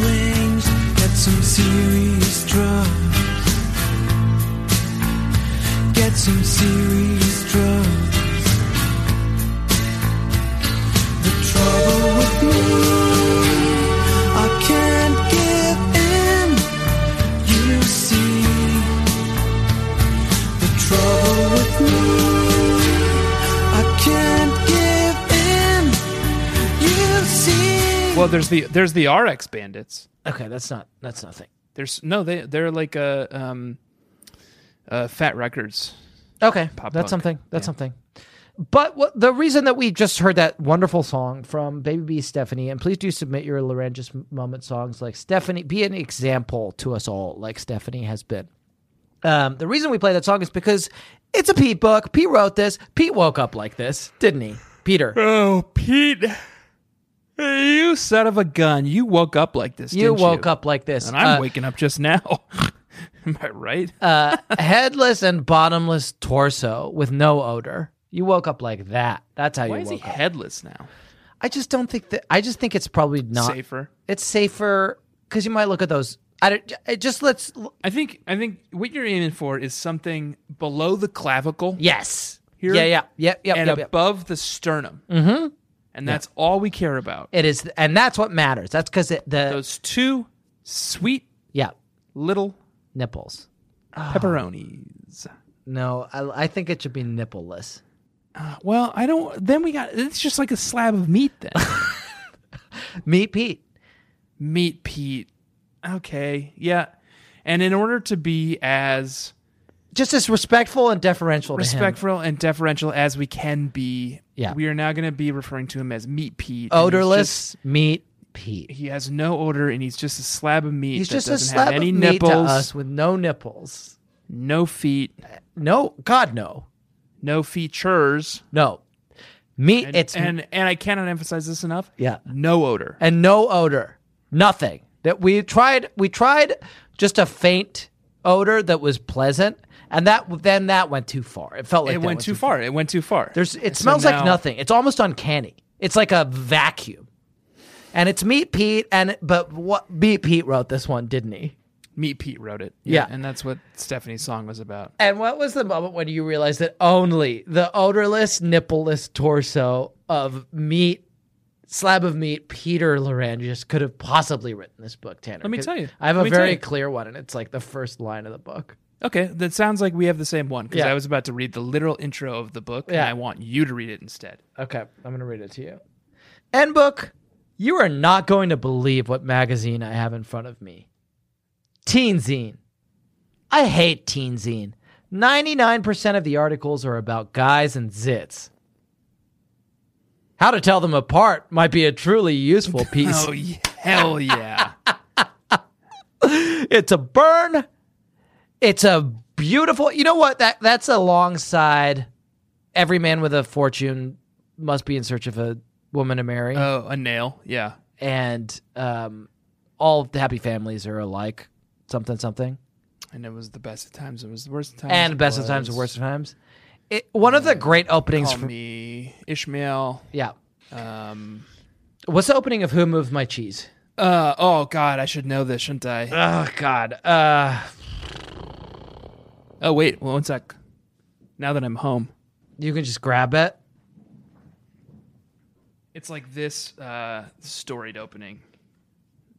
rearranged, get some serious drugs. Get some serious drugs. The trouble with me, I can't give in. You see, the trouble with me, I can't give in. You see.
Well, there's the there's the RX Bandits.
Okay, that's not that's nothing.
There's no they they're like a um, uh, Fat Records.
Okay,
Pop
that's
punk.
something. That's something. But what, the reason that we just heard that wonderful song from Baby B Stephanie, and please do submit your Laryngeous Moment songs like Stephanie, be an example to us all, like Stephanie has been. Um, the reason we play that song is because it's a Pete book. Pete wrote this. Pete woke up like this, didn't he? Peter,
Oh, Pete. You son of a gun! You woke up like this.
you woke up like this.
and I'm
Uh,
waking up just now. Am I right?
uh, headless and bottomless torso with no odor. You woke up like that. That's how
Why
you
is he
woke up.
headless now?
I I just don't think that. I just think it's probably not.
safer.
It's safer because you might look at those. I don't, it just let's. l-
I think I think what you're aiming for is something below the clavicle
Yes.
Here?
Yeah, yeah, yep, yep,
and
yep, yep.
above the sternum. Mm-hmm. And that's all we care about.
It is, and that's what matters. That's because the
Those two sweet
yeah
little
nipples.
Ah. pepperonis.
No, I, I think it should be nippleless.
Well, I don't. Then we got. It's just like a slab of meat. Then
Meet Pete.
meat, Pete. Okay, yeah. And in order to be as
Just as respectful and deferential to him.
respectful and deferential as we can be,
Yeah.
we are now going to be referring to him as Meat Pete. and he's
Odorless. meet
just-
Pete.
he has no odor, and he's just a slab of meat.
He's
that
just a
doesn't
slab
have any
of meat
nipples,
to us with no nipples.
no feet,
No, God, no,
no features.
no. Meat.
And,
it's
and and I cannot emphasize this enough.
Yeah.
no odor.
and no odor, nothing. That we tried, we tried just a faint odor that was pleasant, and that then that went too far. It felt like
it
that
went too far. It went too far.
There's, it
So
smells
now-
like nothing. It's almost uncanny. It's like a vacuum, and it's Meat Pete. And but what Meat Pete wrote this one, didn't he?
Meat Pete wrote it.
Yeah.
and that's what Stephanie's song was about.
And what was the moment when you realized that only the odorless, nippleless torso of meat, slab of meat, Peter Larangis could have possibly written this book, Tanner?
Let me
'Cause
tell you.
I have a
Let me tell
very
you.
clear one, and it's like the first line of the book.
Okay, that sounds like we have the same one because
Yeah.
I was about to read the literal intro of the book, and
Yeah.
I want you to read it instead.
Okay, I'm going to read it to you. End book. You are not going to believe what magazine I have in front of me. Teen Zine. I hate Teen Zine. 99% of the articles are about guys and zits. How to tell them apart might be a truly useful piece.
Oh y- hell yeah!
It's a burn. It's a beautiful. You know what? That that's alongside Every Man with a Fortune Must Be in Search of a Woman to Marry.
oh, a nail. Yeah,
and um, all of the happy families are alike. Something, something,
and it was the best of times. It was the worst of times.
and
it
best of times,
was
and worst of times. It, one of the great openings.
Call
For,
me Ishmael.
yeah,
Um.
what's the opening of Who Moved My Cheese?
Uh. Oh God, I should know this, shouldn't I?
Oh God, uh,
Oh wait, well, one sec. Now that I'm home,
you can just grab it.
it's like this uh, storied opening.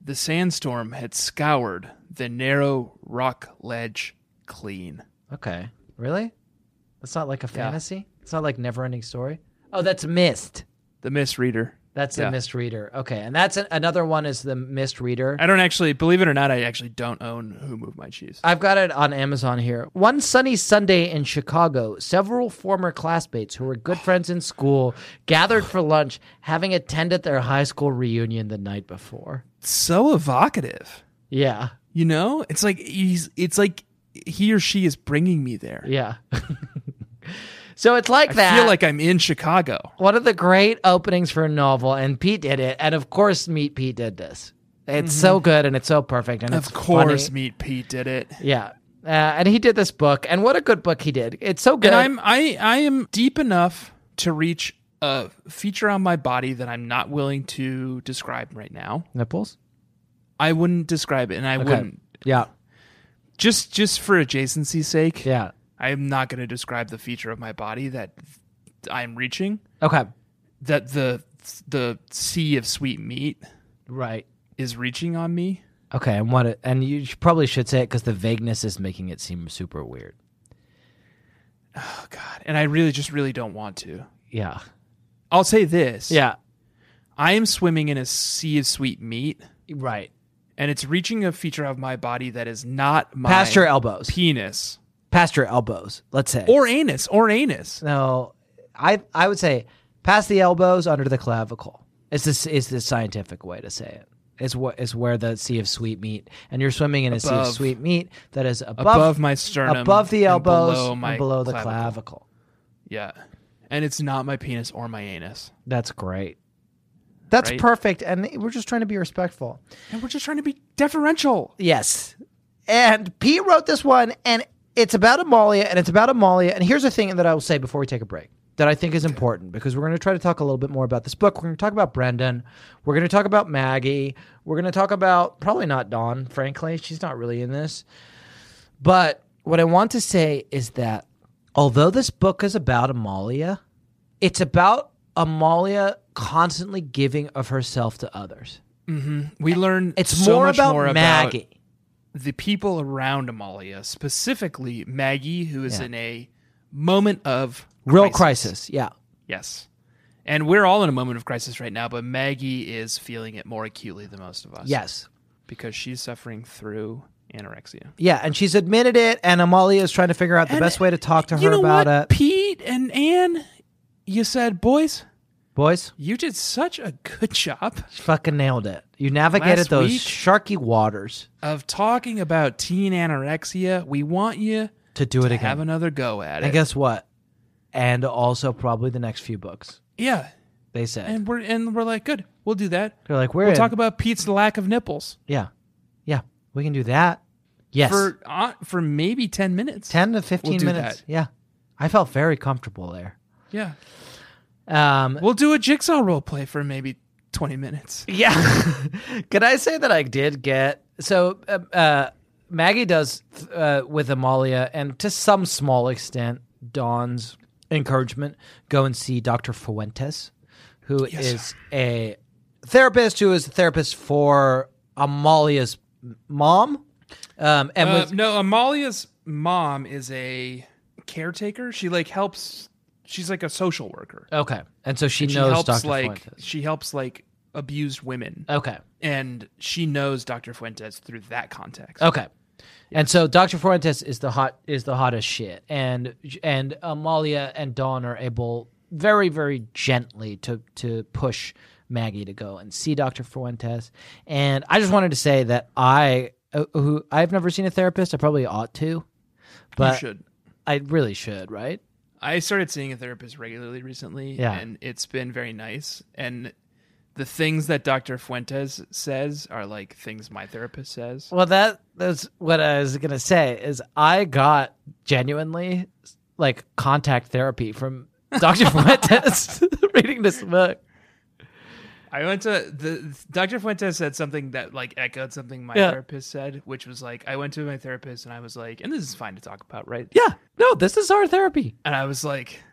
The sandstorm had scoured the narrow rock ledge clean.
Okay, really? That's not like a fantasy. It's not like never ending story. Oh, that's mist.
The misreader.
That's
Yeah.
the mist reader. Okay, and that's a, another one is the mist reader.
I don't actually believe it or not. I actually don't own Who Moved My Cheese.
I've got it on Amazon here. One sunny Sunday in Chicago, several former classmates who were good friends in school gathered for lunch, having attended their high school reunion the night before.
so evocative.
Yeah,
You know, it's like he's. It's like he or she is bringing me there.
yeah. so it's like
I
that.
feel like I'm in Chicago.
one of the great openings for a novel, and Pete did it, and of course, Meet Pete did this. It's so good and it's so perfect, and it's
Mm-hmm. of course,
funny.
Meet Pete did it.
yeah. Uh, and he did this book, and what a good book he did! It's so good.
And I'm I I am deep enough to reach a feature on my body that I'm not willing to describe right now.
nipples.
I wouldn't describe it, and I wouldn't
Yeah,
just just for adjacency's sake.
yeah.
I'm not going to describe the feature of my body that I'm reaching.
Okay,
that the the sea of sweet meat
right.
is reaching on me.
Okay, and what? It, and you sh- probably should say it because the vagueness is making it seem super weird.
Oh God! And I really just really don't want to.
Yeah,
I'll say this.
yeah,
I am swimming in a sea of sweet meat,
right.
and it's reaching a feature of my body that is not my
Past your elbows,
penis
past your elbows. Let's say.
or anus or anus.
no, I I would say past the elbows, under the clavicle. Is this is the scientific way to say it? Is what is where the sea of sweet meat, and you're swimming in a sea of
Above.
sweet meat that is above,
Above my sternum,
above the
and
elbows,
below
and
my
below the
clavicle.
clavicle.
Yeah, and it's not my penis or my anus.
That's great. That's
Right?
perfect, and we're just trying to be respectful.
And we're just trying to be deferential.
Yes. And Pete wrote this one, and it's about Amalia, and it's about Amalia. And here's the thing that I will say before we take a break. that I think is important because we're going to try to talk a little bit more about this book. We're going to talk about Brendan. We're going to talk about Maggie. We're going to talk about probably not Dawn, frankly. She's not really in this. But what I want to say is that although this book is about Amalia, it's about Amalia constantly giving of herself to others.
We learn
It's
so
more,
much
about,
more
Maggie.
about the people around Amalia, specifically Maggie, who is
Yeah.
in a moment of
Real crisis. Yeah.
Yes. And we're all in a moment of crisis right now, but Maggie is feeling it more acutely than most of us.
Yes.
Because she's suffering through anorexia.
Yeah. And she's admitted it. And Amalia is trying to figure out the best way to talk to her
you know
about
what,
it.
Pete and Anne, you said, boys,
Boys,
you did such a good job
she fucking nailed it. You navigated
Last
those
week-
sharky waters
of talking about teen anorexia. We want you
to do it
to
again.
have another go at
and
it.
guess what? And also probably the next few books.
yeah.
They said
And we're and we're like, good, we'll do that.
they're like, we're
We'll
in.
talk about Pete's lack of nipples
yeah, yeah, we can do that. Yes,
for uh, for maybe ten minutes.
ten to 15
do
minutes.
that.
Yeah, I felt very comfortable there.
Yeah,
Um,
we'll do a jigsaw role play for maybe twenty minutes.
yeah. Could I say that I did get so? Uh, uh, Maggie does uh, with Amalia, and to some small extent, Dawn's encouragement. Go and see Doctor Fuentes, who is a therapist who is a therapist for Amalia's mom. Um, and
Uh,
was,
no, Amalia's mom is a caretaker. She like helps. She's like a social worker.
Okay, and so she
And she
knows
helps
Doctor
like
Fuentes. Oh.
she helps like abused women,
Okay,
and she knows Dr. Fuentes through that context.
okay, and so Doctor Fuentes is the hot is the hottest shit, and and Amalia and Dawn are able very very gently to to push Maggie to go and see Doctor Fuentes, and I just wanted to say that I uh, who I've never seen a therapist, I probably ought to, but
you should.
I really should, right?
I started seeing a therapist regularly recently,
Yeah.
and it's been very nice. And the things that Dr. Fuentes says are like things my therapist says.
Well, that that's what I was gonna say. Is I got genuinely like contact therapy from Doctor Fuentes reading this book.
I went to the Dr. Fuentes said something that like echoed something my
Yeah.
therapist said, which was like I went to my therapist and I was like, and this is fine to talk about, right?
Yeah, no, this is our therapy.
And I was like,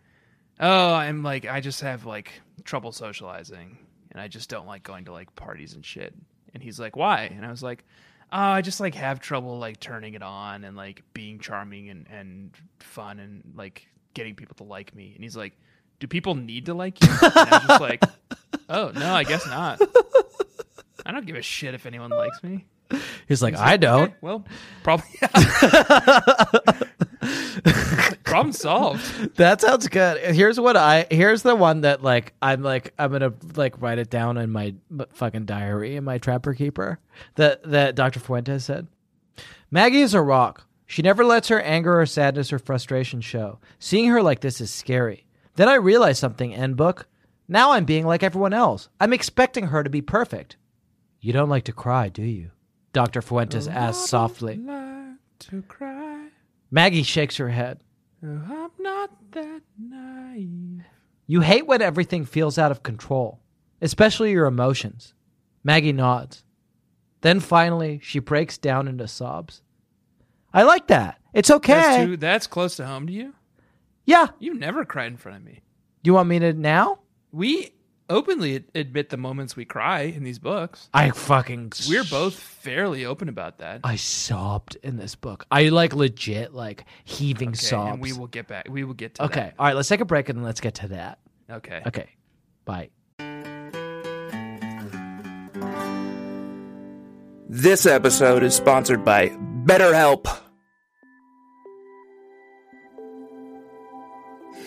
oh, I'm like I just have like trouble socializing, and I just don't like going to like parties and shit. And he's like, why? And I was like, oh, I just like have trouble like turning it on and like being charming and and fun and like getting people to like me. And he's like, do people need to like you? And I was just like, oh no, I guess not. I don't give a shit if anyone likes me.
He's like, I don't.
Okay, well, problem problem solved.
That sounds good. Here's what I here's the one that like I'm like I'm gonna like write it down in my m- fucking diary in my trapper keeper that that Dr. Fuentes said. Maggie is a rock. She never lets her anger or sadness or frustration show. Seeing her like this is scary. Then I realize something, end book. Now I'm being like everyone else. I'm expecting her to be perfect. You don't like to cry, do you? Dr.
Oh,
Fuentes asked softly.
like to cry.
Maggie shakes her head.
I'm not that naive.
You hate when everything feels out of control, especially your emotions. Maggie nods. Then finally, she breaks down into sobs. I like that. It's okay.
That's, too, that's close to home to you.
yeah.
You never cried in front of me.
You want me to now?
We openly ad- admit the moments we cry in these books.
I fucking. s-
We're both fairly open about that.
I sobbed in this book. I like legit, like heaving
Okay,
sobs.
and we will get back. We will get to
okay. All right. Let's take a break and let's get to that.
that. Okay.
Okay. Bye.
This episode is sponsored by BetterHelp.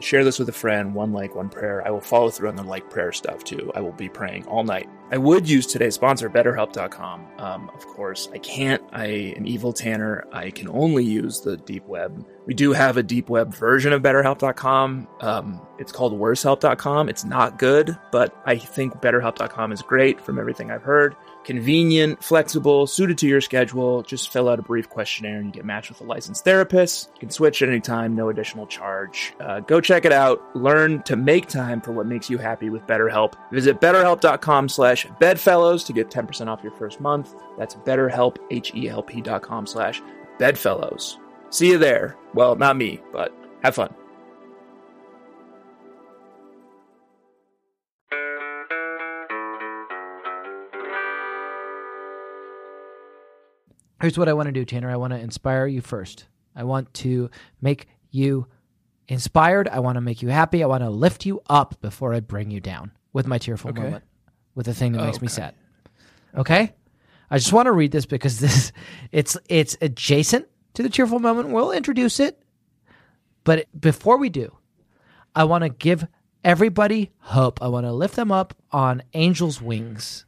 Share this with a friend, one like, one prayer. I will follow through on the like prayer stuff too. I will be praying all night. I would use today's sponsor, BetterHelp.com. Um, of course, I can't. I am evil Tanner. I can only use the deep web. We do have a deep web version of BetterHelp.com. Um, it's called WorseHelp.com. It's not good, but I think BetterHelp.com is great from everything I've heard convenient, flexible, suited to your schedule. Just fill out a brief questionnaire and you get matched with a licensed therapist. You can switch at any time, no additional charge. Uh, go check it out. Learn to make time for what makes you happy with BetterHelp. Visit betterhelp.com slash bedfellows to get 10% off your first month. That's betterhelp, H-E-L-P dot com slash bedfellows. See you there. Well, not me, but have fun.
Here's what I want to do, Tanner. I want to inspire you first. I want to make you inspired. I want to make you happy. I want to lift you up before I bring you down with my tearful
Okay.
moment, with the thing that makes me
Okay.
sad. Okay? I just want to read this because this it's it's adjacent to the tearful moment. We'll introduce it. But before we do, I want to give everybody hope. I want to lift them up on angels' wings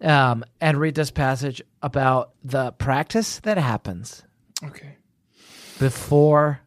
um, and read this passage about the practice that happens
Okay.
before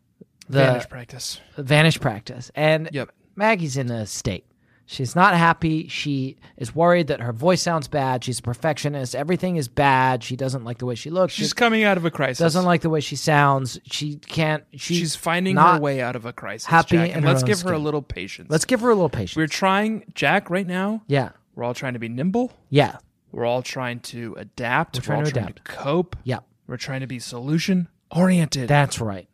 the
Vanish practice.
vanish practice. And
Yep.
Maggie's in a state. She's not happy. She is worried that her voice sounds bad. She's a perfectionist. Everything is bad. She doesn't like the way she looks.
She's
she
coming out of a crisis.
doesn't like the way she sounds. She can't. She,
She's finding her
not-
way out of a crisis.
happy
Jack,
in
and
her
let's
own
give her a
skin.
little patience.
Let's give her a little patience.
We're trying, Jack. Right now,
yeah.
we're all trying to be nimble.
Yeah.
We're all trying to adapt. We're,
trying
all
to
trying
adapt.
to cope.
Yeah.
We're trying to be solution oriented.
That's right.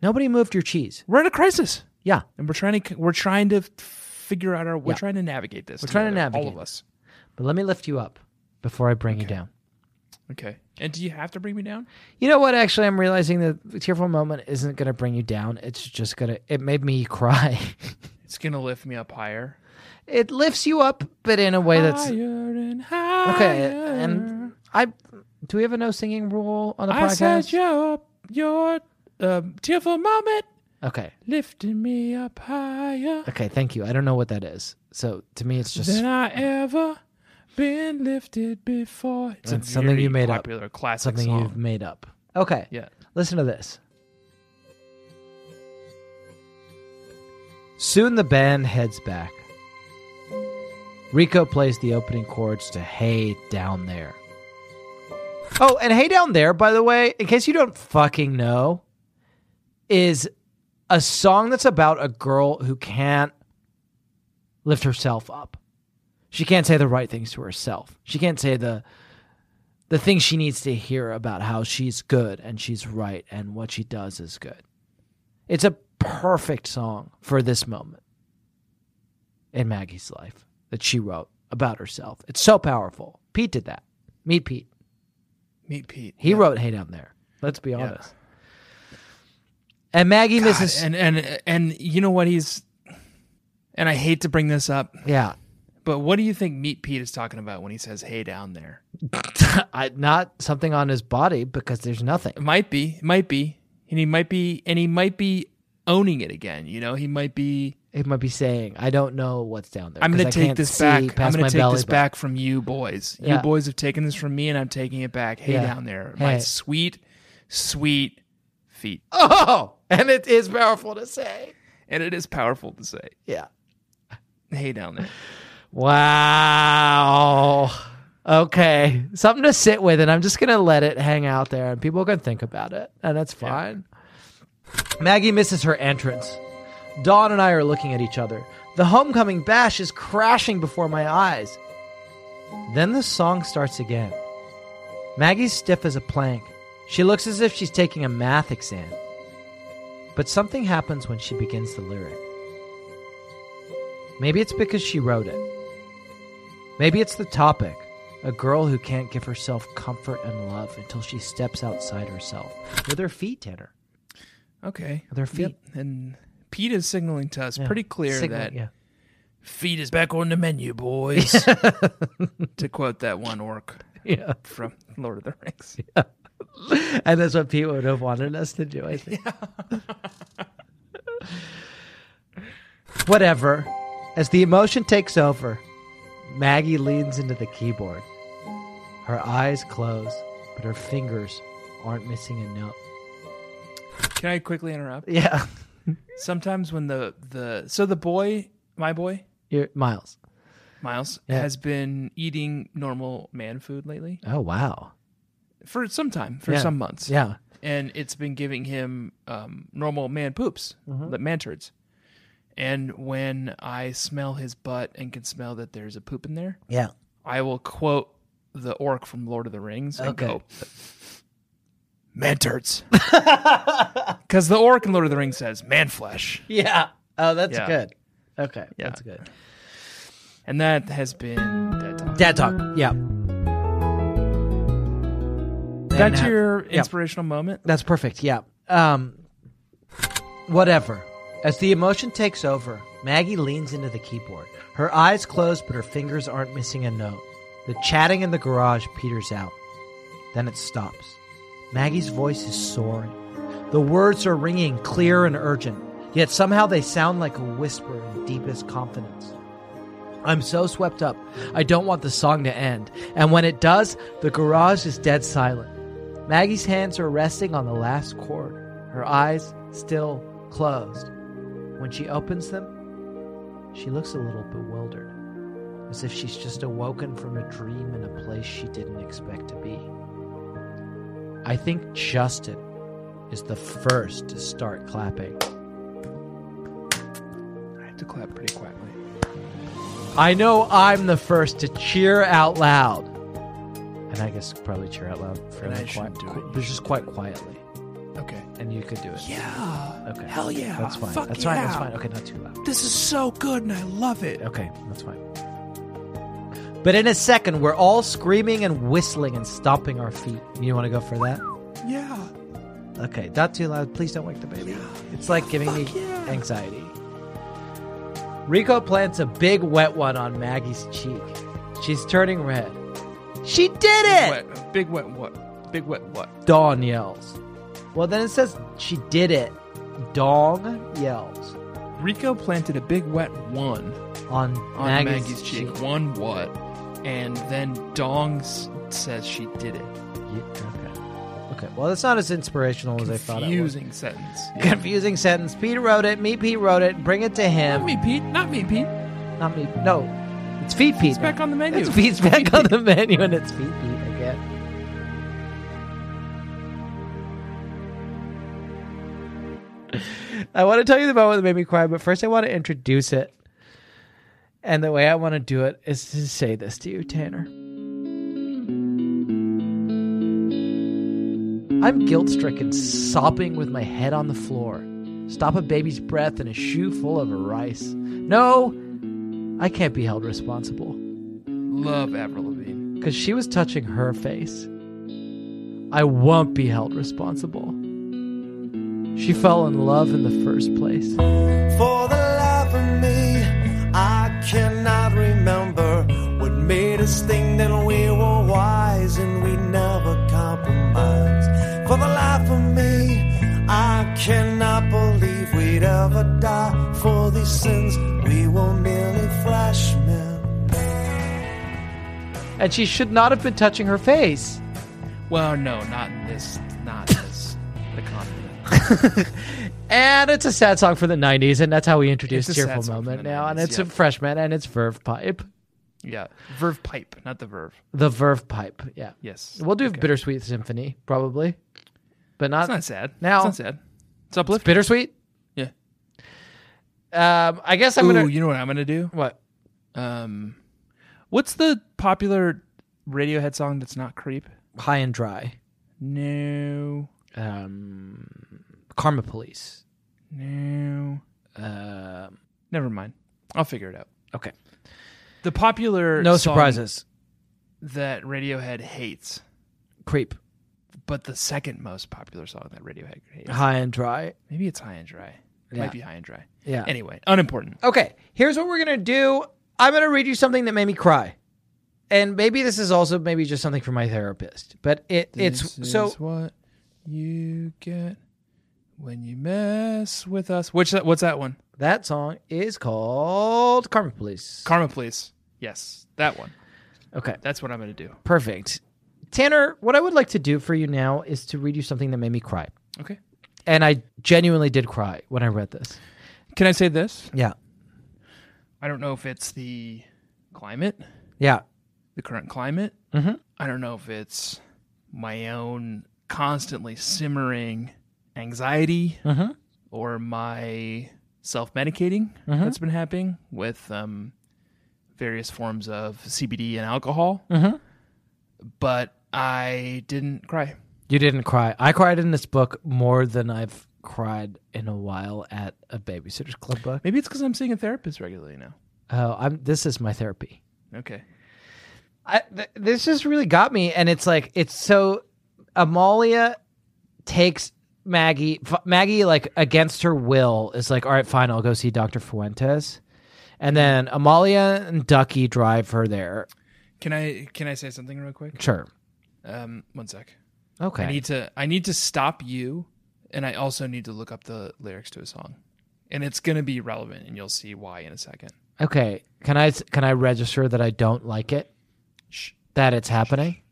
Nobody moved your cheese.
We're in a crisis,
Yeah.
and we're trying to we're trying to figure out our we're
Yeah.
trying to navigate this. We're
trying to
all
navigate
of us.
But let me lift you up before I bring you down.
Okay. And do you have to bring me down?
You know what? Actually, I'm realizing that the tearful moment isn't going to bring you down. It's just going to, it made me cry.
It's gonna lift me up higher.
it lifts you up, but in a way that's
higher and higher.
okay. And I, do we have a no singing rule on the
I
podcast?
said your your um, tearful moment
Okay.
lifting me up higher
Okay. Thank you. I don't know what that is. So to me, it's just,
than I ever been lifted before. It's
That's something you made up.
popular classic
something
song.
you've made up. Okay.
Yeah.
Listen to this. Soon the band heads back. Rico plays the opening chords to Hey Down There. Oh, and Hey Down There, by the way, in case you don't fucking know, is a song that's about a girl who can't lift herself up. She can't say the right things to herself. She can't say the the things she needs to hear about how she's good and she's right and what she does is good. It's a perfect song for this moment in Maggie's life that she wrote about herself. It's so powerful. Pete did that. Meet Pete.
Meet Pete.
He
Yeah.
wrote Hey Down There. Let's be honest. And Maggie
God,
misses.
and and and you know what he's and I hate to bring this up,
yeah.
but what do you think Meet Pete is talking about when he says "Hey down there"?
I, not something on his body because there's nothing.
It might be, it might be, and he might be, and he might be owning it again. You know, he might be.
It might be saying, I don't know what's down there.
I'm
'cause
going
I
to take
can't
this
see
back. I'm
past
going
my
to take
belly
this
button."
back from you boys. You
Yeah.
boys have taken this from me, and I'm taking it back. Hey
Yeah.
down there, my
Hey.
sweet, sweet feet.
Oh, and it is powerful to say.
And it is powerful to say,
Yeah.
"Hey down there."
Wow. Okay. Something to sit with, and I'm just going to let it hang out there, and people can think about it, and that's fine. Maggie misses her entrance. Dawn and I are looking at each other. The homecoming bash is crashing before my eyes. Then the song starts again. Maggie's stiff as a plank. She looks as if she's taking a math exam. But something happens when she begins the lyric. Maybe it's because she wrote it. Maybe it's the topic. A girl who can't give herself comfort and love until she steps outside herself with her feet, Tanner.
Okay.
With her feet.
Yep. And Pete is signaling to us
Yeah.
pretty clear
Signal-
that
Yeah.
feet is back on the menu, boys. to quote that one orc
Yeah.
from Lord of the Rings.
and that's what Pete would have wanted us to do, I think. Whatever. As the emotion takes over, Maggie leans into the keyboard. Her eyes close, but her fingers aren't missing a note.
Can I quickly interrupt?
Yeah.
Sometimes when the the so the boy, my boy
You're, Miles.
Miles,
Yeah.
has been eating normal man food lately
Oh, wow.
for some time, for
Yeah.
some months.
Yeah.
and it's been giving him um, normal man poops,
Mm-hmm.
like man turds. And when I smell his butt and can smell that there's a poop in there,
Yeah.
I will quote the orc from Lord of the Rings and
Okay.
go, "Man turds," because the orc in Lord of the Rings says "man flesh,"
Yeah. Oh, that's
Yeah.
good. Okay.
Yeah.
That's good.
and that has been that time.
Dad talk. Yeah.
That's
And, uh,
your
yeah.
inspirational moment.
That's perfect. Yeah. Um, whatever. As the emotion takes over, Maggie leans into the keyboard. Her eyes closed, but her fingers aren't missing a note. The chatting in the garage peters out. Then it stops. Maggie's voice is soaring. The words are ringing clear and urgent, yet somehow they sound like a whisper in deepest confidence. I'm so swept up, I don't want the song to end. And when it does, the garage is dead silent. Maggie's hands are resting on the last chord, her eyes still closed. When she opens them, she looks a little bewildered, as if she's just awoken from a dream in a place she didn't expect to be. I think Justin is the first to start clapping.
I have to clap pretty quietly.
I know I'm the first to cheer out loud. And I guess probably cheer out loud fairly
I
quiet,
shouldn't do it.
but just quite quietly.
Okay.
And you could do it.
Yeah.
Okay.
Hell yeah.
That's fine.
Fuck
that's
yeah.
fine. That's fine. Okay, not too loud.
This is so good, and I love it.
Okay, that's fine. But in a second, we're all screaming and whistling and stomping our feet. You want to go for that?
Yeah.
Okay, not too loud. Please don't wake the baby. It's like giving me anxiety. Rico plants a big wet one on Maggie's cheek. She's turning red. She did it!
Wet, big wet what? Big wet what?
Dawn yells. Well, then it says she did it. Dong yells
Rico planted a big wet one
on,
on Maggie's, cheek. One what? And then Dong s- says she did it.
Yeah, okay. Okay. Well, that's not as inspirational as I Oh, thought it was.
Confusing sentence. Yeah.
Confusing sentence. Pete wrote it. Me, Pete wrote it. Bring it to him.
Not me, Pete. Not me, Pete.
Not me. No. It's Feet Pete.
It's back on the menu.
It's Pete's back on the menu, and it's Feet Pete again. I want to tell you the moment that made me cry, but first I want to introduce it. And the way I want to do it is to say this to you, Tanner. I'm guilt stricken, sobbing with my head on the floor. Stop a baby's breath in a shoe full of rice. No, I can't be held responsible
Love Avril Lavigne.
because she was touching her face. I won't be held responsible. She fell in love in the first place.
For the life of me, I cannot remember what made us think that we were wise and we never compromised. For the life of me, I cannot believe we'd ever die for these sins. We were merely flashmen.
And she should not have been touching her face.
Well, no, not in this. Not in this economy.
And it's a sad song for the 90s, and that's how we introduce
It's a sad
Tearful
song for
Moment
the
now. And
90s,
it's a
yeah.
freshman, and it's Verve Pipe.
Yeah. Verve pipe, not the verve.
The Verve Pipe, yeah.
Yes.
We'll do
Okay.
Bittersweet Symphony, probably. But
It's
not,
not sad.
Now-
it's not sad. It's uplifting.
Bittersweet?
Yeah.
Um, I guess I'm
Ooh,
going to.
you know what I'm gonna do?
What?
Um, what's the popular Radiohead song that's not creep?
High and Dry.
No,
Um, Karma Police.
no.
Um,
Never mind.
I'll figure it out.
Okay.
The popular
No
song
surprises.
that Radiohead hates,
Creep.
but the second most popular song that Radiohead hates.
High and dry.
Maybe it's High and Dry. It
Yeah.
might be High and Dry.
Yeah.
Anyway, unimportant.
Okay, here's what we're gonna do. I'm gonna read you something that made me cry, and maybe this is also maybe just something for my therapist. But it it's so
what you get when you mess with us. Which what's that one?
that song is called Karma Police.
Karma, please. Yes, that one.
okay,
That's what I'm gonna do.
perfect. Tanner, what I would like to do for you now is to read you something that made me cry,
Okay.
and I genuinely did cry when I read this.
Can I say this?
Yeah,
I don't know if it's the climate,
yeah,
the current climate.
Mhm.
I don't know if it's my own constantly simmering anxiety
Mhm.
or my self medicating that's been happening with um, various forms of CBD and alcohol.
Mhm.
But I didn't cry.
you didn't cry. I cried in this book more than I've cried in a while at a Babysitters Club book.
Maybe it's because I'm seeing a therapist regularly now.
Oh, I'm. This is my therapy.
Okay.
I, th- this just really got me, and it's like it's so Amalia takes Maggie. F- Maggie, like against her will, is like, "All right, fine, I'll go see Doctor Fuentes,"
Mm-hmm.
and then Amalia and Ducky drive her there.
Can I can I say something real quick?
Sure,
Um, one sec.
okay,
I need to I need to stop you and I also need to look up the lyrics to a song. And it's going to be relevant and you'll see why in a second.
okay. Can I s- can I register that I don't like it?
Shh.
That it's happening.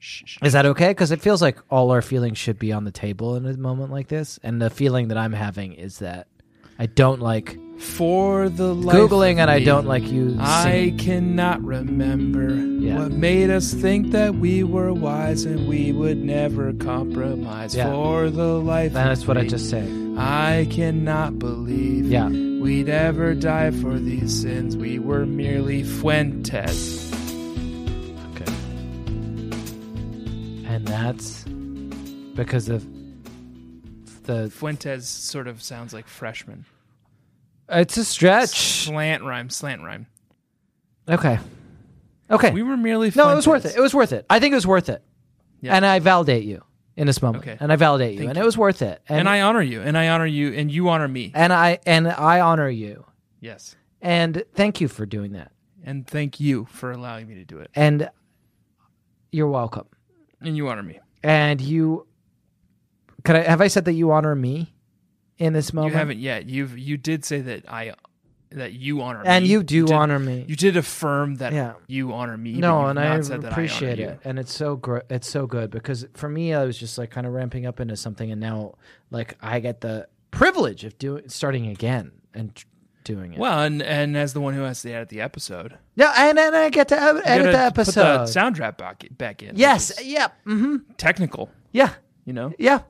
Shh, shh.
Is that okay? Because it feels like all our feelings should be on the table in a moment like this, and the feeling that I'm having is that I don't like
For the life
googling,
of
and I
me,
don't like you. singing.
I cannot remember
Yeah.
what made us think that we were wise and we would never compromise.
Yeah.
For the life
That's
of
what I
me,
just said.
I cannot believe
Yeah.
we'd ever die for these sins. We were merely Fuentes.
Okay. And that's because of the.
Fuentes sort of sounds like freshman.
It's a stretch.
Slant rhyme, slant rhyme.
Okay. Okay.
We were merely
no, it was worth
Fuentes.
it. It was worth it. I think it was worth it.
Yeah.
And I validate you in this moment.
Okay.
And I validate you.
Thank
and
you.
it was worth it.
and I honor you, and I honor you, and you honor me.
and I and I honor you.
Yes.
And thank you for doing that.
And thank you for allowing me to do it.
And you're welcome.
And you honor me.
And you could I have I said that you honor me in this
You
moment?
haven't yet. You've you did say that I that you honor me.
And you do
did-
honor me.
You did affirm that
Yeah.
you honor me. but
No,
you've
and
not
I
said that
appreciate
I honor
it, and it's so gr- it's so good because for me, I was just like kind of ramping up into something, and now like I get the privilege of doing starting again and tr- doing it.
You. Well, and and as the one who has to edit the episode,
yeah, and then I get to ed-
you
edit the
gotta put the
episode.
soundtrack back back in. which
yes,
is
yeah, hmm
technical.
yeah,
You know,
yeah,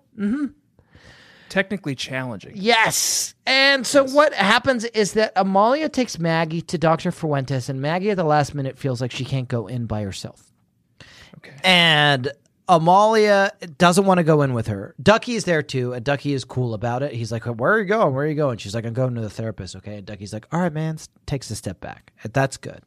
technically challenging.
Yes. And so what happens is that Amalia takes Maggie to Dr. Fuentes, and Maggie at the last minute feels like she can't go in by herself.
Okay.
And Amalia doesn't want to go in with her. Ducky is there too, and Ducky is cool about it. He's like, Where are you going? Where are you going? She's like, I'm going to the therapist, okay? And Ducky's like, All right, man, s- takes a step back. That's good.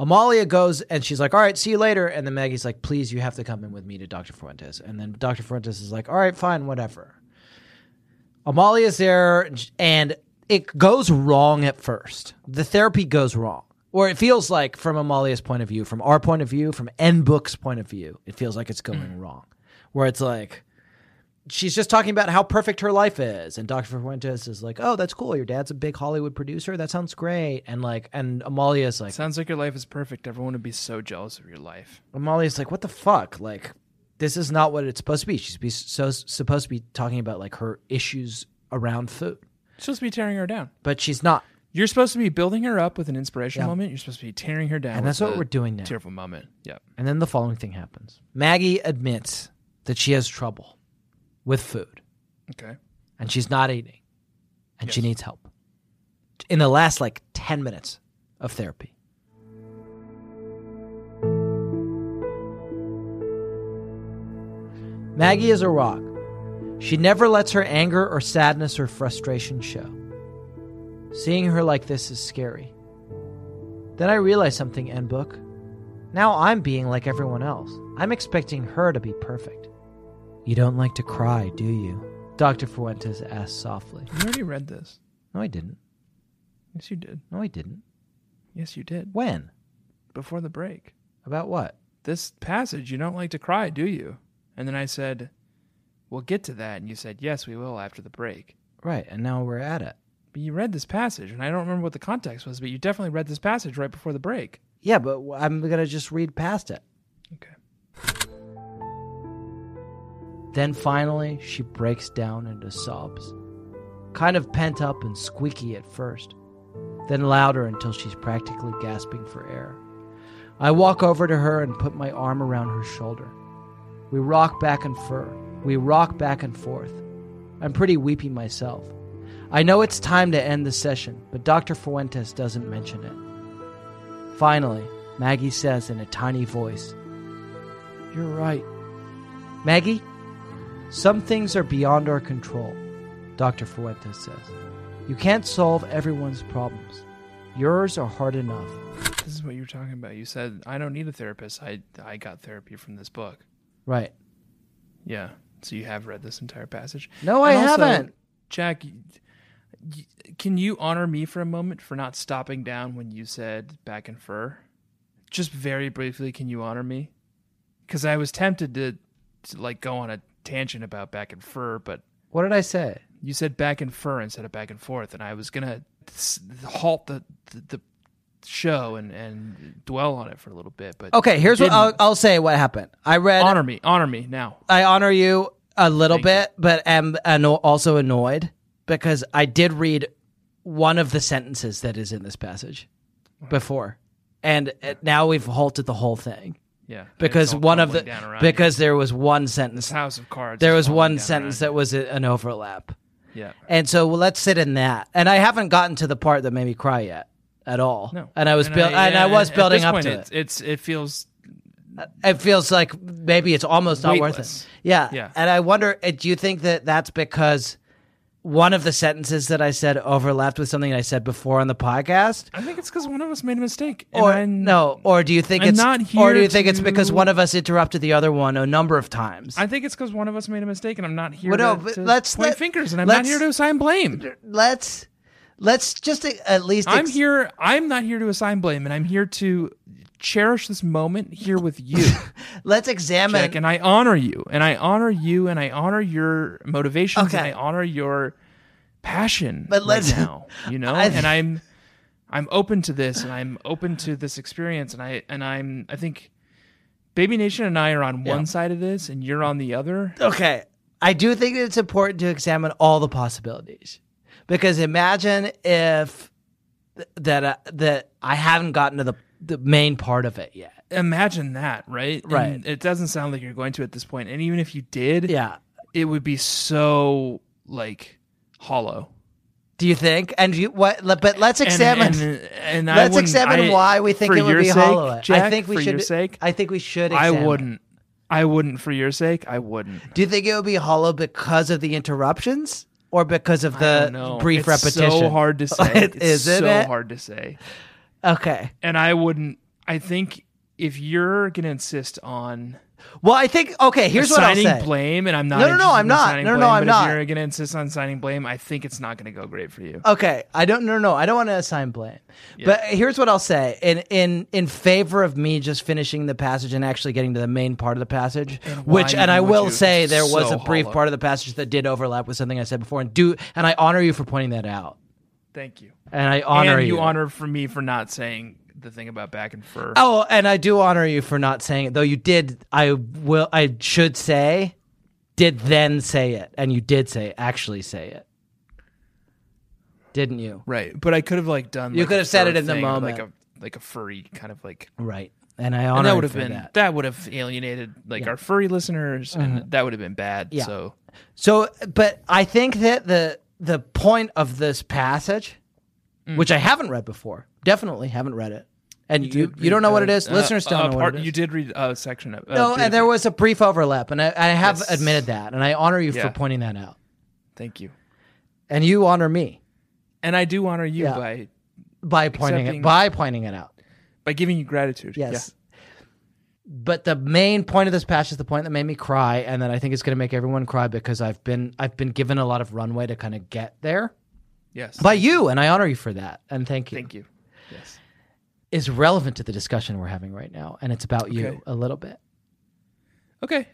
Amalia goes and she's like, All right, see you later. And then Maggie's like, Please, you have to come in with me to Dr. Fuentes. And then Dr. Fuentes is like, All right, fine, whatever. Amalia's there, and it goes wrong at first. The therapy goes wrong. Or it feels like, from Amalia's point of view, from our point of view, from N Book's point of view, it feels like it's going wrong. Where it's like, she's just talking about how perfect her life is. And Dr. Fuentes is like, oh, that's cool. Your dad's a big Hollywood producer. That sounds great. And like, and Amalia's like,
Sounds like your life is perfect. Everyone would be so jealous of your life.
Amalia's like, what the fuck? Like, this is not what it's supposed to be. She's be so supposed to be talking about like her issues around food,
You're supposed to be tearing her down.
but she's not.
You're supposed to be building her up with an inspirational
Yeah.
moment. You're supposed to be tearing her down.
And
with
that's what
a
we're doing now.
Tearful moment. Yep.
And then the following thing happens Maggie admits that she has trouble with food
Okay.
and she's not eating and she
Yes.
needs help in the last like 10 minutes of therapy. Maggie is a rock. She never lets her anger or sadness or frustration show. Seeing her like this is scary. Then I realize something, N Book. Now I'm being like everyone else. I'm expecting her to be perfect. You don't like to cry, do you? Dr. Fuentes asked softly.
You already read this.
No, I didn't.
Yes, you did.
No, I didn't.
Yes, you did.
When?
Before the break.
About what?
This passage, you don't like to cry, do you? And then I said, We'll get to that. And you said, Yes, we will after the break.
Right, and now we're at it.
But you read this passage, and I don't remember what the context was, but you definitely read this passage right before the break.
Yeah, but w- I'm going to just read past it.
Okay.
Then finally, she breaks down into sobs. Kind of pent up and squeaky at first, then louder until she's practically gasping for air. I walk over to her and put my arm around her shoulder. We rock back and fur. We rock back and forth. I'm pretty weepy myself. I know it's time to end the session, but Dr. Fuentes doesn't mention it. Finally, Maggie says in a tiny voice, You're right. Maggie, some things are beyond our control, Dr. Fuentes says. You can't solve everyone's problems. Yours are hard enough.
This is what you were talking about. You said, I don't need a therapist. I, I got therapy from this book.
Right.
Yeah. So you have read this entire passage.
No, I
And also,
haven't.
Jack, y- y- can you honor me for a moment for not stopping down when you said back and fur? Just very briefly, can you honor me? Because I was tempted to, to like go on a tangent about back and fur, but
What did I say?
you said back and fur instead of back and forth, and I was gonna s- halt the the, the show and and dwell on it for a little bit. But
Okay, here's what
didn't.
I'll, I'll say what happened. I read
honor me, honor me now.
I honor you a little
Thank
bit, but am anno- also annoyed because I did read one of the sentences that is in this passage before, and uh, now we've halted the whole thing
Yeah, and it's
because
all
one of
crumbling
the
down around you.
because there was one sentence
This House of Cards.
there
is
was
crumbling
one
down
sentence
around
that was a, an overlap,
you. yeah.
and so well, let's sit in that. And I haven't gotten to the part that made me cry yet at all.
No.
And I was buil- and
yeah,
I was
at
building
this
up
point,
to
it's,
it.
It's it feels
It feels like maybe it's almost not worth
Weightless.
it. Yeah.
Yeah.
And I wonder, uh, do you think that that's because one of the sentences that I said overlapped with something I said before on the podcast?
I think it's because one of us made a mistake. and
Or
I'm-
no, or do you think
I'm
it's
not
or do
here
you think it's because
to-
one of us interrupted the other one a number of times?
I think it's because one of us made a mistake, and I'm not here
Well, no,
to,
but
to
let's
point
let-
fingers, and I'm not
let's-
here to assign blame.
let's let's just uh, at least
I'm
ex-
here. I'm not here to assign blame, and I'm here to cherish this moment here with you,
let's examine
Jack. And I honor you, and I honor you, and I honor your motivations, and
Okay.
I honor your passion.
But let's-
right now, you know,
I-
and I'm I'm open to this, and I'm open to this experience, and I and I'm I think Baby Nation and I are on one side of this, and you're on the other.
okay. I do think that it's important to examine all the possibilities because imagine if th- that uh, that I haven't gotten to the the main part of it yet.
Imagine that, right? And
Right.
it doesn't sound like you're going to at this point, and even if you did,
Yeah.
it would be so like hollow.
Do you think? And you what? le- But let's
And-
examine.
and, and I
let's
wouldn't-
examine
I-
why we think
for
it would
your
be
sake,
hollow.
Jack,
I think we
for
should. e-,
Your sake,
I think we should.
I
examine.
wouldn't. I wouldn't for your sake. I wouldn't.
Do you think it would be hollow because of the interruptions or because of
I
the
don't know.
Uh, brief
it's
repetition?
So hard to say.
It-
it's
is,
so
isn't it?
hard to say.
Okay.
And I wouldn't. I think if you're gonna insist on
Well, I think. Okay. Here's what I'll
assigning
say.
blame, and I'm not.
No, no, no,
interested
I'm
in
not.
assigning
No, no,
blame,
I'm
but
not.
If you're gonna insist on assigning blame, I think it's not gonna go great for you.
Okay, I don't no no, I don't want to assign blame. But here's what I'll say in in in favor of me just finishing the passage and actually getting to the main part of the passage,
why
which and
you
I
want
will
to
say there was
so
a brief
hollow.
part of the passage that did overlap with something I said before and do and I honor you for pointing that out.
Thank you.
And I honor
and you honor for me for not saying the thing about back and fur.
Oh, and I do honor you for not saying it. Though you did I will I should say did then say it and you did say actually say it. Didn't you?
Right, but I could have like done.
You
like,
could
a
have said
fur
it in the
thing, like
moment.
a like a furry kind of like.
Right. And I honor
And that
you
would have
for
been
that. Uh-huh.
that. would have alienated like our furry listeners, and that would have been bad.
Yeah.
So
So, but I think that the the point of this passage,
Mm.
which I haven't read before, definitely haven't read it, and you you, don't know what it is.
Uh,
Listeners don't
uh,
know what
part-
it is.
You did read a section of.
no,
Uh, bit of
and there
it.
was a brief overlap, and I, I have
Yes.
admitted that, and I honor you
Yeah.
for pointing that out,
Thank you.
and you honor me.
And I do honor you
Yeah.
by
by pointing
Accepting-
it by pointing it out.
by giving you gratitude.
Yes. But the main point of this patch is the point that made me cry, and then I think it's going to make everyone cry because I've been I've been given a lot of runway to kind of get there
Yeah. Yes.
by you, and I honor you for that, and thank you.
Thank you. Yes.
Is relevant to the discussion we're having right now, and it's about you
Okay.
a little bit.
Okay.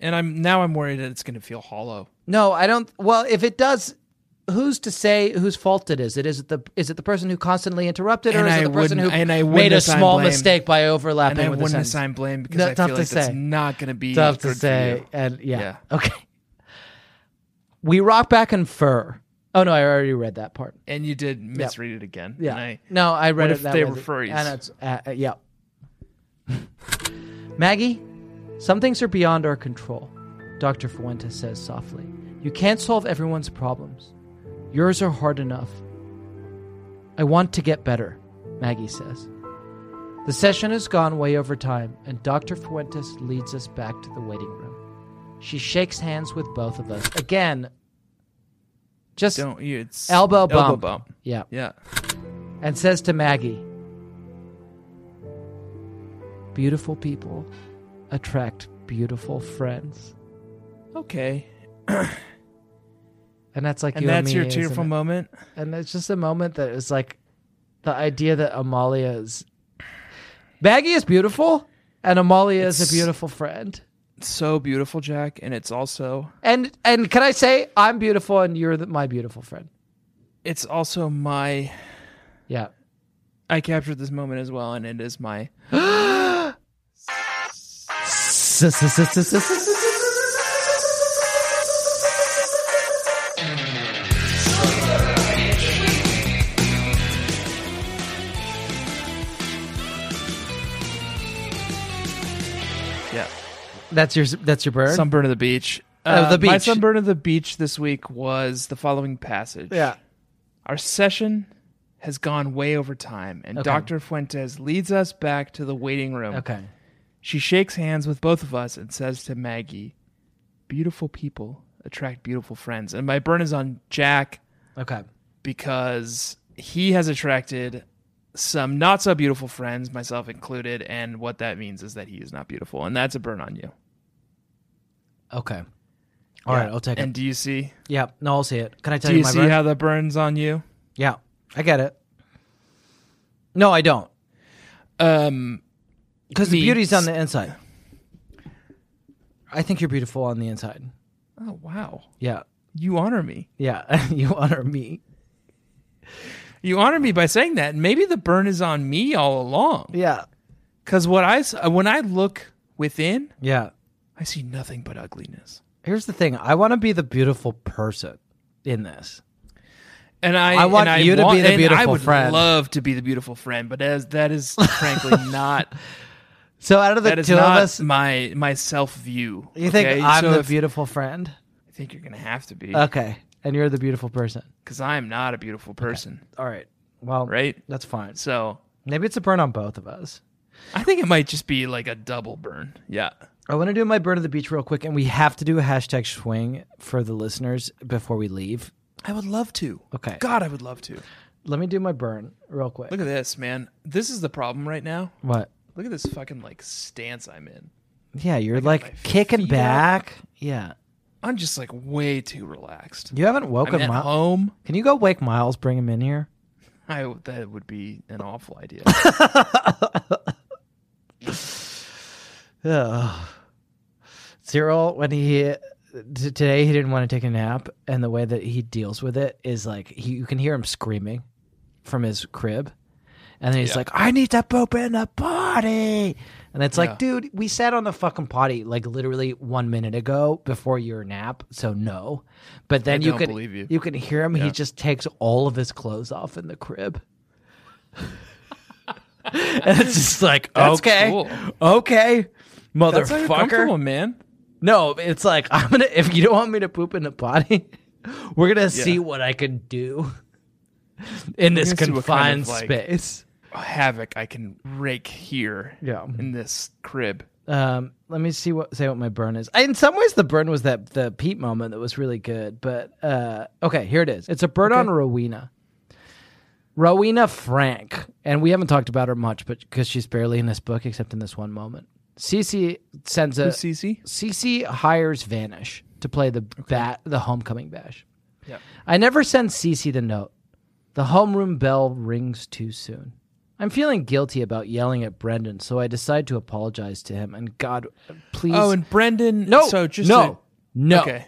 And I'm now I'm worried that it's going to feel hollow.
No, I don't. Well, if it does, who's to say whose fault it is? It is it the is it the person who constantly interrupted, or
And
is
I
it the person who
wouldn't- and I
made
wouldn't
a
assign
small
blame.
mistake by
And
overlapping
I
with
wouldn't
a sentence?
assign blame because
That's
I
tough
feel
to
like that's
say.
not going to be
Tough
good
to
for
say,
you.
and yeah.
Yeah.
okay. We rock back and fur. Oh no, I already read that part.
And you did misread it again.
Yeah,
And I,
no, I read
What
it
if
that
they
way.
were furries?
And it's, uh, uh, yeah. Maggie, some things are beyond our control. Dr. Fuentes says softly. You can't solve everyone's problems. Yours are hard enough. I want to get better, Maggie says. The session has gone way over time, and Dr. Fuentes leads us back to the waiting room. She shakes hands with both of us. Again, just
don't you it's
elbow bump.
Elbow bump.
Yeah.
Yeah.
And says to Maggie, Beautiful people attract beautiful friends.
Okay.
And that's like
And
you
that's
and me,
your
isn't
tearful
it?
moment.
And it's just a moment that is like the idea that Amalia is. Maggie is beautiful, and Amalia is
It's-
a beautiful friend.
So beautiful, Jack, and it's also
And and can I say I'm beautiful and you're the, my beautiful friend?
it's also my
Yeah.
I captured this moment as well and it is my yeah.
That's your that's your bird.
Sunburn of the Beach. Uh,
Of the
My
beach.
sunburn of the beach this week was the following passage.
yeah.
Our session has gone way over time, and
Okay.
Dr. Fuentes leads us back to the waiting room.
Okay.
She shakes hands with both of us and says to Maggie, Beautiful people attract beautiful friends. And my burn is on Jack
Okay.
because he has attracted some not so beautiful friends, myself included. And what that means is that he is not beautiful. And that's a burn on you.
Okay. All right, I'll take
and
it.
do you see?
Yeah, no, I'll see it. Can I tell
Do
you,
you
my
see
bird?
how that burns on you?
Yeah, I get it. No, I don't.
Um,
Because the
Me.
beauty's on the inside. I think you're beautiful on the inside.
oh, wow.
Yeah.
You honor me.
Yeah. you honor me.
You honor me by saying that. And maybe the burn is on me all along.
Yeah.
Because what I s- when I look within,
Yeah.
I see nothing but ugliness.
Here's the thing I want to be the beautiful person in this.
And I,
I want
and
you to
want-
be the
and I
beautiful
would
friend.
love to be the beautiful friend, but as that is frankly not
So out of the
that is
two of
not
us,
my my self view.
you think I'm the
beautiful?
beautiful friend?
I think you're gonna have to be
Okay. And you're the beautiful person.
because I am not a beautiful person,
All right. Well,
right?
that's fine.
So
Maybe it's a burn on both of us.
I think it might just be like a double burn. Yeah.
I want to do my burn of the beach real quick, and we have to do a hashtag swing for the listeners before we leave.
I would love to.
Okay.
God, I would love to.
Let me do my burn real quick.
Look at this, man. This is the problem right now.
What?
Look at this fucking like stance I'm in.
Yeah, you're
my
like kicking
feet up.
back. Yeah.
I'm just like way too relaxed.
You haven't
I'm
woken
at
Miles.
home.
Can you go wake Miles, bring him in here?
I that would be an awful idea.
Ugh. Cyril, when he t- today he didn't want to take a nap, and the way that he deals with it is like he, you can hear him screaming from his crib, and then he's like, "I need to poop in the potty," and it's like,
Yeah.
dude, we sat on the fucking potty like literally one minute ago before your nap, so no. But then you
don't
can
believe you.
can hear him. He just takes all of his clothes off in the crib. and it's just like
That's
okay,
cool.
okay,
That's how you're comfortable,
motherfucker.
man.
No, it's like I'm gonna. If you don't want me to poop in the potty, we're gonna see what I can do in this
gonna see what
confined
kind of, like-
space.
Havoc I can rake here.
Yeah.
In this crib.
Um, let me see what say what my burn is. In some ways, the burn was that the Pete moment that was really good. But uh, okay, here it is. It's a burn on Rowena. Rowena Frank, and we haven't talked about her much, but because she's barely in this book except in this one moment. Cece sends a
Who's Cece?
Cece hires Vanish to play the bat, the homecoming bash.
Yep.
I never send Cece the note. The homeroom bell rings too soon. I'm feeling guilty about yelling at Brendan, so I decide to apologize to him. And God, please,
Oh, and Brendan.
no,
So just
no,
to-
no.
Okay.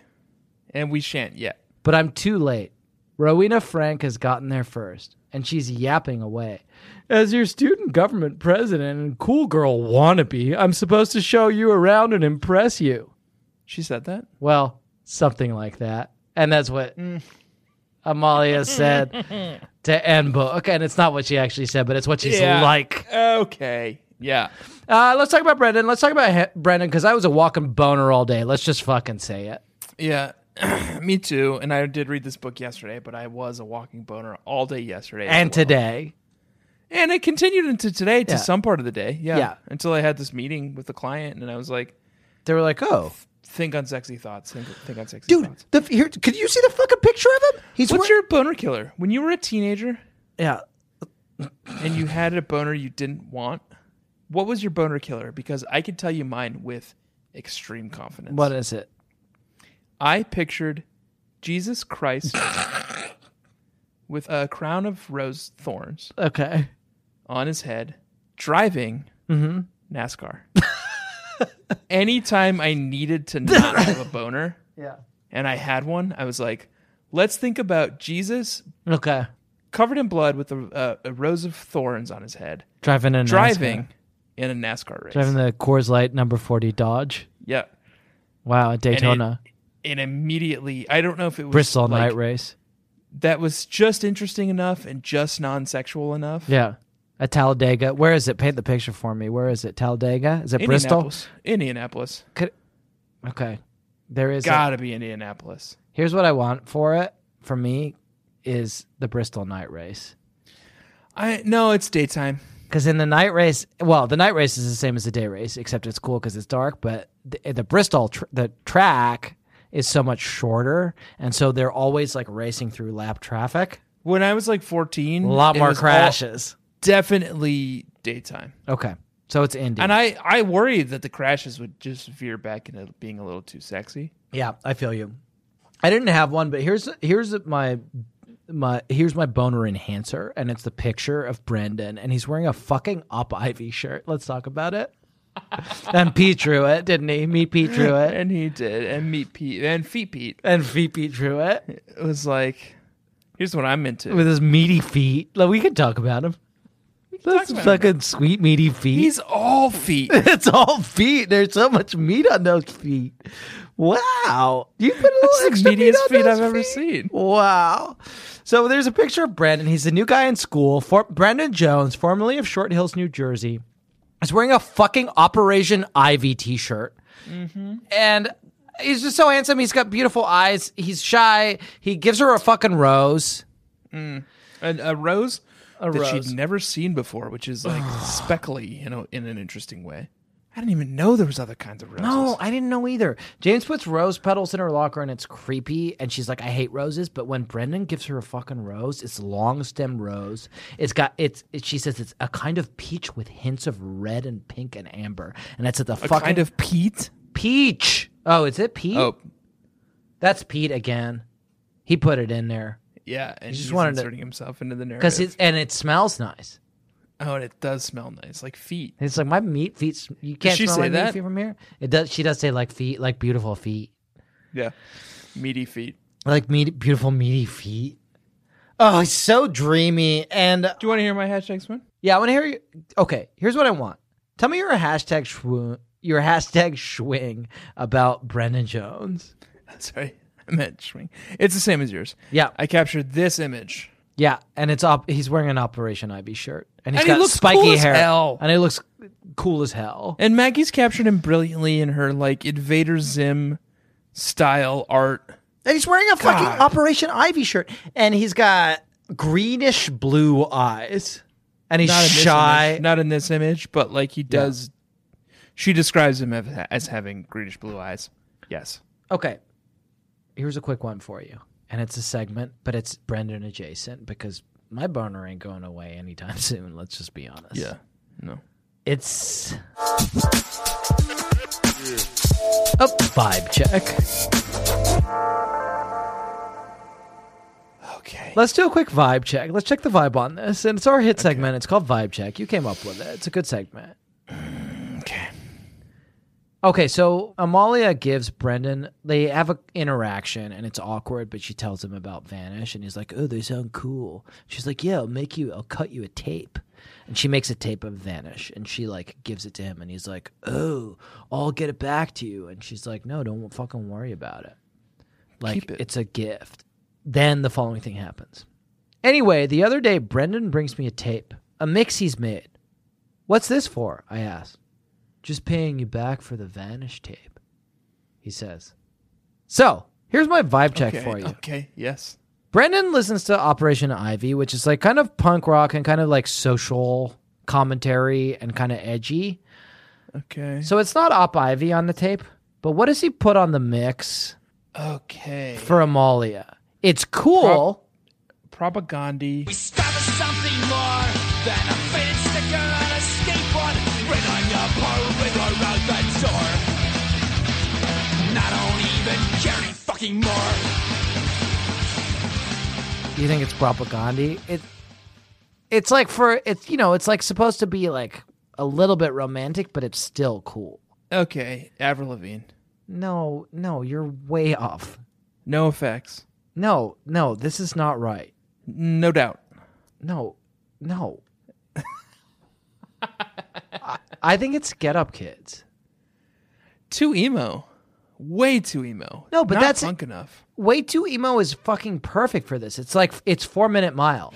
And we shan't yet.
But I'm too late. Rowena Frank has gotten there first, and she's yapping away. As your student government president and cool girl wannabe, I'm supposed to show you around and impress you.
She said that.
Well, something like that. And that's what
Mm.
Amalia said to end book. And it's not what she actually said, but it's what she's
Yeah. Uh,
like.
Okay. Yeah.
Uh, let's talk about Brendan. Let's talk about he- Brendan because I was a walking boner all day. Let's just fucking say it.
Yeah. Me too. And I did read this book yesterday, but I was a walking boner all day yesterday. as
And
well.
today.
And it continued into today to
Yeah.
some part of the day. Yeah.
Yeah.
Until I had this meeting with the client and I was like,
They were like, oh.
think on sexy thoughts. Think, think on sexy
Dude,
thoughts.
the, here, could you see the fucking picture of him? He's
What's
wear-
your boner killer? When you were a teenager
Yeah.
and you had a boner you didn't want, what was your boner killer? Because I could tell you mine with extreme confidence.
What is it?
I pictured Jesus Christ with a crown of rose thorns
Okay.
on his head driving
Mm-hmm.
NASCAR. Anytime I needed to not have a boner
Yeah.
and I had one, I was like, let's think about Jesus
Okay.
covered in blood with a, uh, a rose of thorns on his head
Driving a NASCAR.
driving in a NASCAR race.
Driving the Coors Light number 40 Dodge.
yeah.
Wow, at
it-
Daytona.
And immediately, I don't know if it was
Bristol
like,
night race.
that was just interesting enough and just non sexual enough.
Yeah. At Talladega. Where is it? Paint the picture for me. Where is it? Talladega? Is it Bristol?
Indianapolis. Indianapolis.
Could, okay. There is. a-
Gotta be Indianapolis.
here's what I want for it, for me, is the Bristol night race.
I no, it's daytime.
Because in the night race, well, the night race is the same as the day race, except it's cool because it's dark. But the, the Bristol, tr- the track is so much shorter, and so they're always like racing through lap traffic.
When I was like fourteen,
A lot
Mm, it
more
was all-
crashes.
definitely daytime.
okay, so it's Indy.
And I I worried that the crashes would just veer back into being a little too sexy.
yeah, I feel you. I didn't have one, but here's here's my my here's my boner enhancer, and it's the picture of Brandon, and he's wearing a fucking up Ivy shirt. Let's talk about it. and Pete drew it, didn't he? Me, Pete drew it.
And he did. And meet Pete and feet Pete
and VP drew it
was like, here's what I'm into.
with his meaty feet. Like, we could talk about him. Those
about
fucking sweet meaty feet.
He's all feet.
it's all feet. There's so much meat on those feet. Wow, you put a little
That's the
extra meat
meatiest
on
feet
those
I've ever
feet?
seen.
Wow. So there's a picture of Brandon. He's the new guy in school. For- Brandon Jones, formerly of Short Hills, New Jersey, is wearing a fucking Operation Ivy t-shirt,
Mm-hmm.
and he's just so handsome. He's got beautiful eyes. He's shy. He gives her a fucking rose.
And a rose that
rose.
she'd never seen before, which is like speckly, you know, in an interesting way. I didn't even know there was other kinds of roses.
No, Oh, I didn't know either. James puts rose petals in her locker and it's creepy. And she's like, I hate roses. But when Brendan gives her a fucking rose, it's long stemmed rose. It's got, it's, it, she says it's a kind of peach with hints of red and pink and amber. And that's at the
a
fucking
kind of Pete.
peach. Oh, is it Pete?
Oh,
That's Pete again. He put it in there
yeah. And
just
he's
wanted to-
inserting himself into the narrative.
because it's, and it smells nice.
oh, and it does smell nice, like feet.
It's like my meat feet. sm- You can't
she
smell
say
my meat
that?
feet from here. It does. She does say like feet, like beautiful feet.
Yeah, meaty feet.
like meat, beautiful meaty feet. Oh, it's so dreamy. And
Do you want to hear my hashtag swim?
yeah, I want to hear you. Okay, here's what I want. Tell me your hashtag swoon, your hashtag swing about Brendan Jones.
Sorry, I meant swing. It's the same as yours.
Yeah.
I captured this image.
Yeah, and it's up. He's wearing an Operation Ivy shirt, and he's
And he
got
looks
spiky
cool as
hair,
hell.
and he looks cool as hell.
And Maggie's captured him brilliantly in her like Invader Zim style art.
And he's wearing a fucking Operation Ivy shirt, and he's got greenish blue eyes, and he's
Not in this
shy.
image, not in this image, but like he does. She describes him as, as having greenish blue eyes. Yes.
Okay. Here's a quick one for you. And it's a segment, but it's Brendan adjacent because my boner ain't going away anytime soon. Let's just be honest.
Yeah. No.
It's a vibe check.
Okay.
Let's do a quick vibe check. Let's check the vibe on this. And it's our hit segment. It's called Vibe Check. You came up with it. It's a good segment.
Okay.
Okay, so Amalia gives Brendan they have an interaction and it's awkward, but she tells him about Vanish and he's like, "Oh, they sound cool." She's like, "Yeah, I'll make you. I'll cut you a tape." And she makes a tape of Vanish and she like gives it to him and he's like, "Oh, I'll get it back to you." And she's like, "No, don't fucking worry about it. Like
Keep it.
it's a gift." Then the following thing happens. Anyway, the other day Brendan brings me a tape, a mix he's made. "What's this for?" I asked. Just paying you back for the vanish tape, he says. So, here's my vibe check
okay.
for you.
Okay. Yes.
Brendan listens to Operation Ivy, which is like kind of punk rock and kind of like social commentary and kind of edgy.
Okay.
So, it's not Op Ivy on the tape, but what does he put on the mix
Okay.
for Amalia? It's cool.
Propaganda.
Do you think it's propaganda? It, it's like for, it's, you know, it's like supposed to be like a little bit romantic, but it's still cool.
Okay. Avril Lavigne.
No, no, you're way off.
No effects.
No, no, this is not right.
No doubt.
No, no. I, I think it's Get Up Kids.
Too emo. Way too emo.
No, but
Not
that's-
punk enough.
Way Too Emo is fucking perfect for this. It's like, it's Four Minute Mile.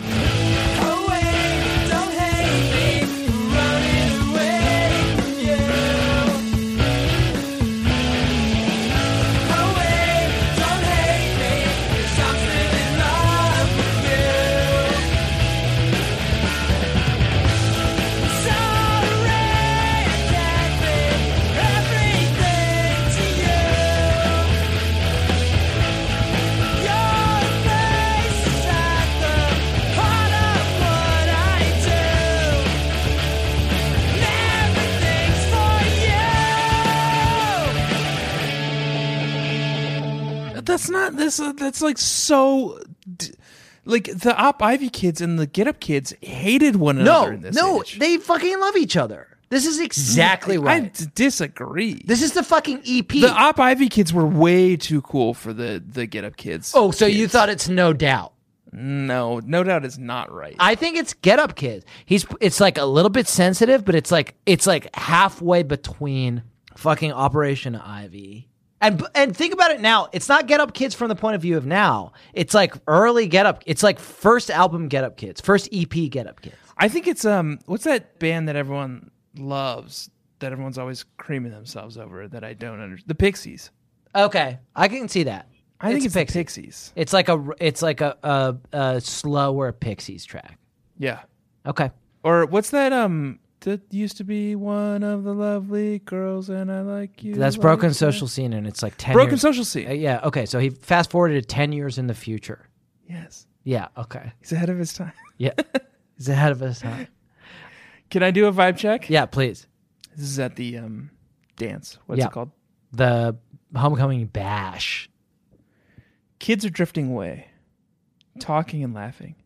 That's not this. Uh, that's like so. d- Like the Op Ivy kids and the Get Up kids hated one another.
No,
in this
no,
age.
they fucking love each other. This is exactly
I
right.
d- disagree.
this is the fucking E EP.
the Op Ivy kids were way too cool for the the Get Up kids.
oh, so you thought it's No Doubt.
no, no doubt is not right.
I think it's Get Up Kids. He's it's like a little bit sensitive, but it's like it's like halfway between fucking Operation Ivy. And and think about it now. It's not Get Up Kids from the point of view of now. It's like early Get Up. It's like first album Get Up Kids, first EP Get Up Kids.
I think it's um what's that band that everyone loves that everyone's always creaming themselves over that I don't understand. The Pixies.
Okay, I can see that.
I think it's
Pixies.
the Pixies.
It's like a it's like a, a a slower Pixies track.
Yeah.
Okay.
Or what's that um that used to be one of the lovely girls and I like you.
That's
like
Broken
that.
Social Scene and it's like 10
Broken
years-
Social Scene.
Uh, Yeah, okay. So he fast forwarded 10 years in the future.
Yes.
Yeah, okay.
He's ahead of his time.
Yeah. He's ahead of us, huh?
Can I do a vibe check?
Yeah, please.
This is at the um dance. What's
Yeah.
it called?
The homecoming bash.
Kids are drifting away, talking and laughing.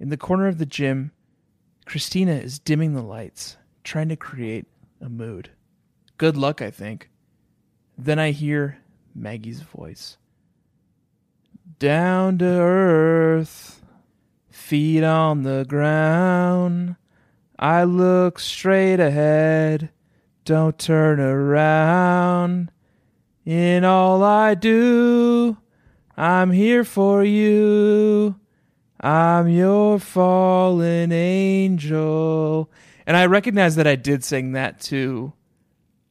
In the corner of the gym, Christina is dimming the lights, trying to create a mood. Good luck, I think. Then I hear Maggie's voice. Down to earth, feet on the ground. I look straight ahead, don't turn around. In all I do, I'm here for you. I'm your fallen angel. And I recognize that I did sing that to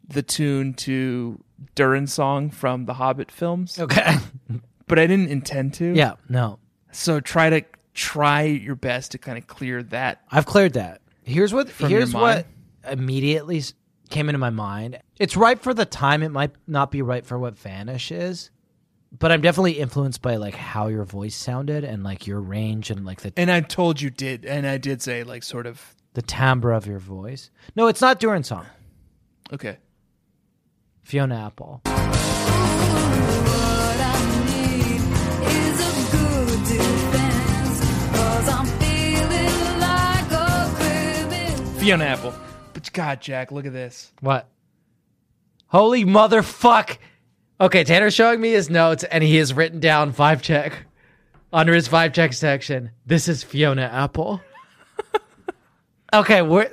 the tune to Durin's song from the Hobbit films,
Okay.
but I didn't intend to.
yeah, no.
So try to try your best to kind of clear that.
I've cleared that. Here's what
your
here's what
mind?
immediately s- came into my mind. It's right for the time, it might not be right for what Vanish is. but I'm definitely influenced by like how your voice sounded and like your range and like the
And I told you did, and I did say like sort of
the timbre of your voice. No, it's not Duran song.
okay.
Fiona Apple.
What I need is a good defense, 'cause I'm feeling like a criminal.
Fiona Apple. But God, Jack, look at this.
What? Holy motherfuck! Okay, Tanner's showing me his notes and he has written down five check under his five check section. This is Fiona Apple. okay, we're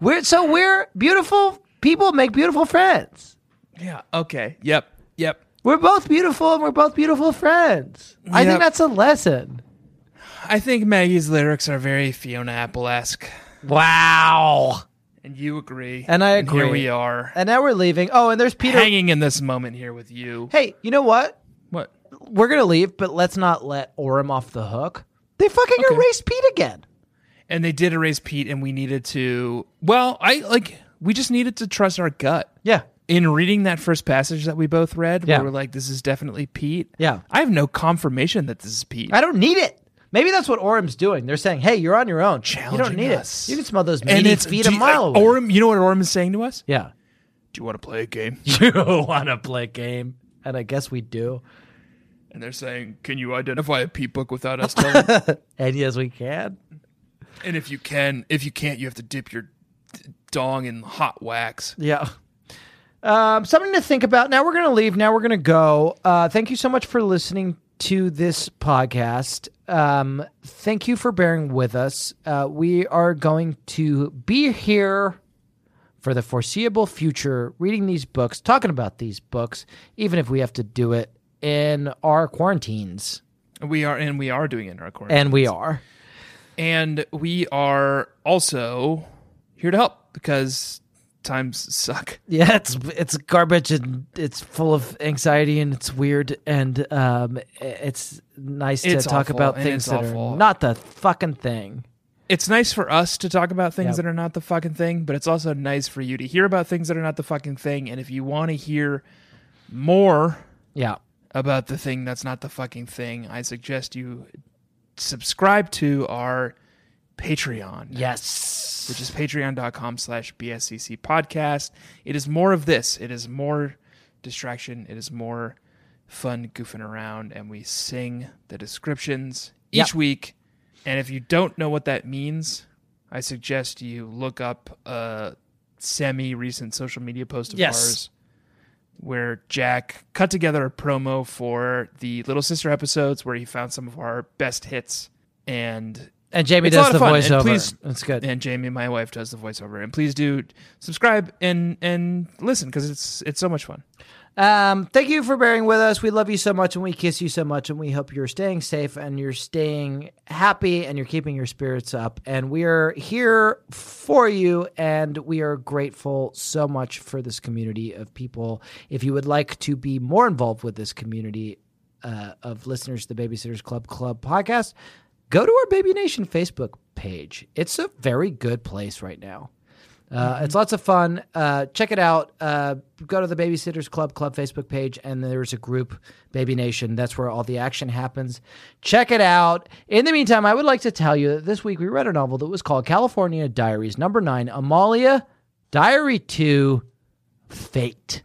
we're so we're beautiful people make beautiful friends.
Yeah. Okay. Yep. Yep.
We're both beautiful and we're both beautiful friends. I think
Yep.
that's a lesson.
I think Maggie's lyrics are very Fiona Apple esque.
Wow.
And you agree.
And I agree.
here we are.
And now we're leaving. Oh, and there's Peter.
Hanging in this moment here with you.
Hey, you know what?
What?
We're gonna leave, but let's not let Orem off the hook. They fucking
Okay.
erased Pete again.
And they did erase Pete, and we needed to. Well, I like. We just needed to trust our gut.
Yeah.
In reading that first passage that we both read,
Yeah.
we were like, "This is definitely Pete."
Yeah.
I have no confirmation that this is Pete.
I don't need it. Maybe that's what Orem's doing. They're saying, "Hey, you're on your own. you don't
Challenging
need
us.
it. You can smell those meaty feet a
do you-
mile
like,
away."
Orm, you know what Orm is saying to us?
yeah.
Do you want to play a game?
You want to play a game, and I guess we do.
And they're saying, "Can you identify a Pete book without us telling?"
And yes, we can.
and if you can, if you can't, you have to dip your d- dong in hot wax.
Yeah. Um, something to think about. Now we're going to leave. Now we're going to go. Uh, thank you so much for listening to this podcast. Um, thank you for bearing with us. Uh, we are going to be here for the foreseeable future, reading these books, talking about these books, even if we have to do it in our quarantines.
We are, and we are doing it in our quarantine,
And we are.
and we are also here to help because times suck.
Yeah, it's it's garbage and it's full of anxiety and it's weird and um, it's nice to
It's
talk
awful,
about
and
things
it's
that
awful.
are not the fucking thing.
It's nice for us to talk about things
Yep.
that are not the fucking thing, but it's also nice for you to hear about things that are not the fucking thing. And if you want to hear more
Yeah,
about the thing that's not the fucking thing, I suggest you subscribe to our Patreon.
yes,
Which is patreon.com slash BSCC podcast. It is more of this. It is more distraction. It is more fun goofing around. And we sing the descriptions each
Yep.
week. And if you don't know what that means, I suggest you look up a semi recent social media post of
Yes.
ours where Jack cut together a promo for the Little Sister episodes where he found some of our best hits and
and Jamie
It's a
does
lot
the
of fun, and
voiceover.
please-
That's good.
and Jamie, my wife, does the voiceover. And please do subscribe and and listen because it's it's so much fun.
Um, thank you for bearing with us. We love you so much and we kiss you so much and we hope you're staying safe and you're staying happy and you're keeping your spirits up. And we are here for you and we are grateful so much for this community of people. If you would like to be more involved with this community uh, of listeners to the Babysitters Club Club podcast, go to our Baby Nation Facebook page. It's a very good place right now. Uh, It's lots of fun. Uh, check it out. Uh, go to the Babysitters Club Club Facebook page, and there's a group, Baby Nation. That's where all the action happens. Check it out. In the meantime, I would like to tell you that this week we read a novel that was called California Diaries, number nine, Amalia Diary 2 Fate.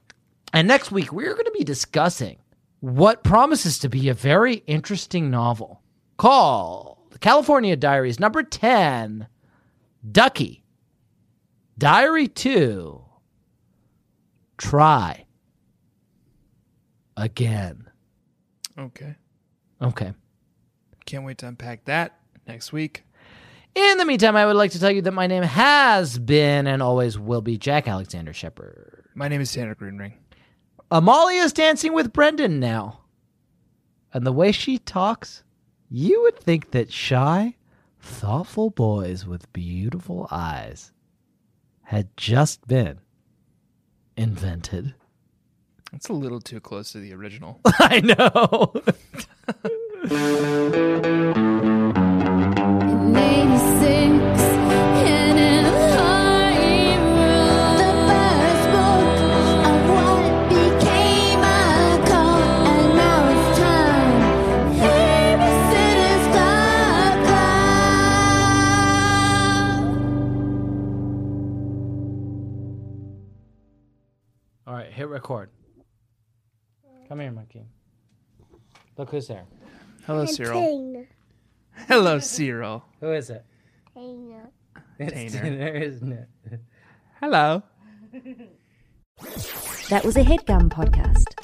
And next week, we're going to be discussing what promises to be a very interesting novel called California Diaries, number 10, Ducky. Diary 2 Try again.
Okay,
Okay.
can't wait to unpack that next week.
In the meantime, I would like to tell you that my name has been and always will be Jack Alexander Shepard.
My name is Tanner Greenring.
Amalia is dancing with Brendan now. And the way she talks, you would think that shy, thoughtful boys with beautiful eyes had just been invented.
It's a little too close to the original.
I know.
In 86, in an high road,
The first book of what became a cult, and now it's
record. Come here, monkey. Look who's there.
Hello, Cyril. Hello, Cyril.
Who is it? It's-
Tanner.
there isn't it.
Hello.
That was a headgum podcast.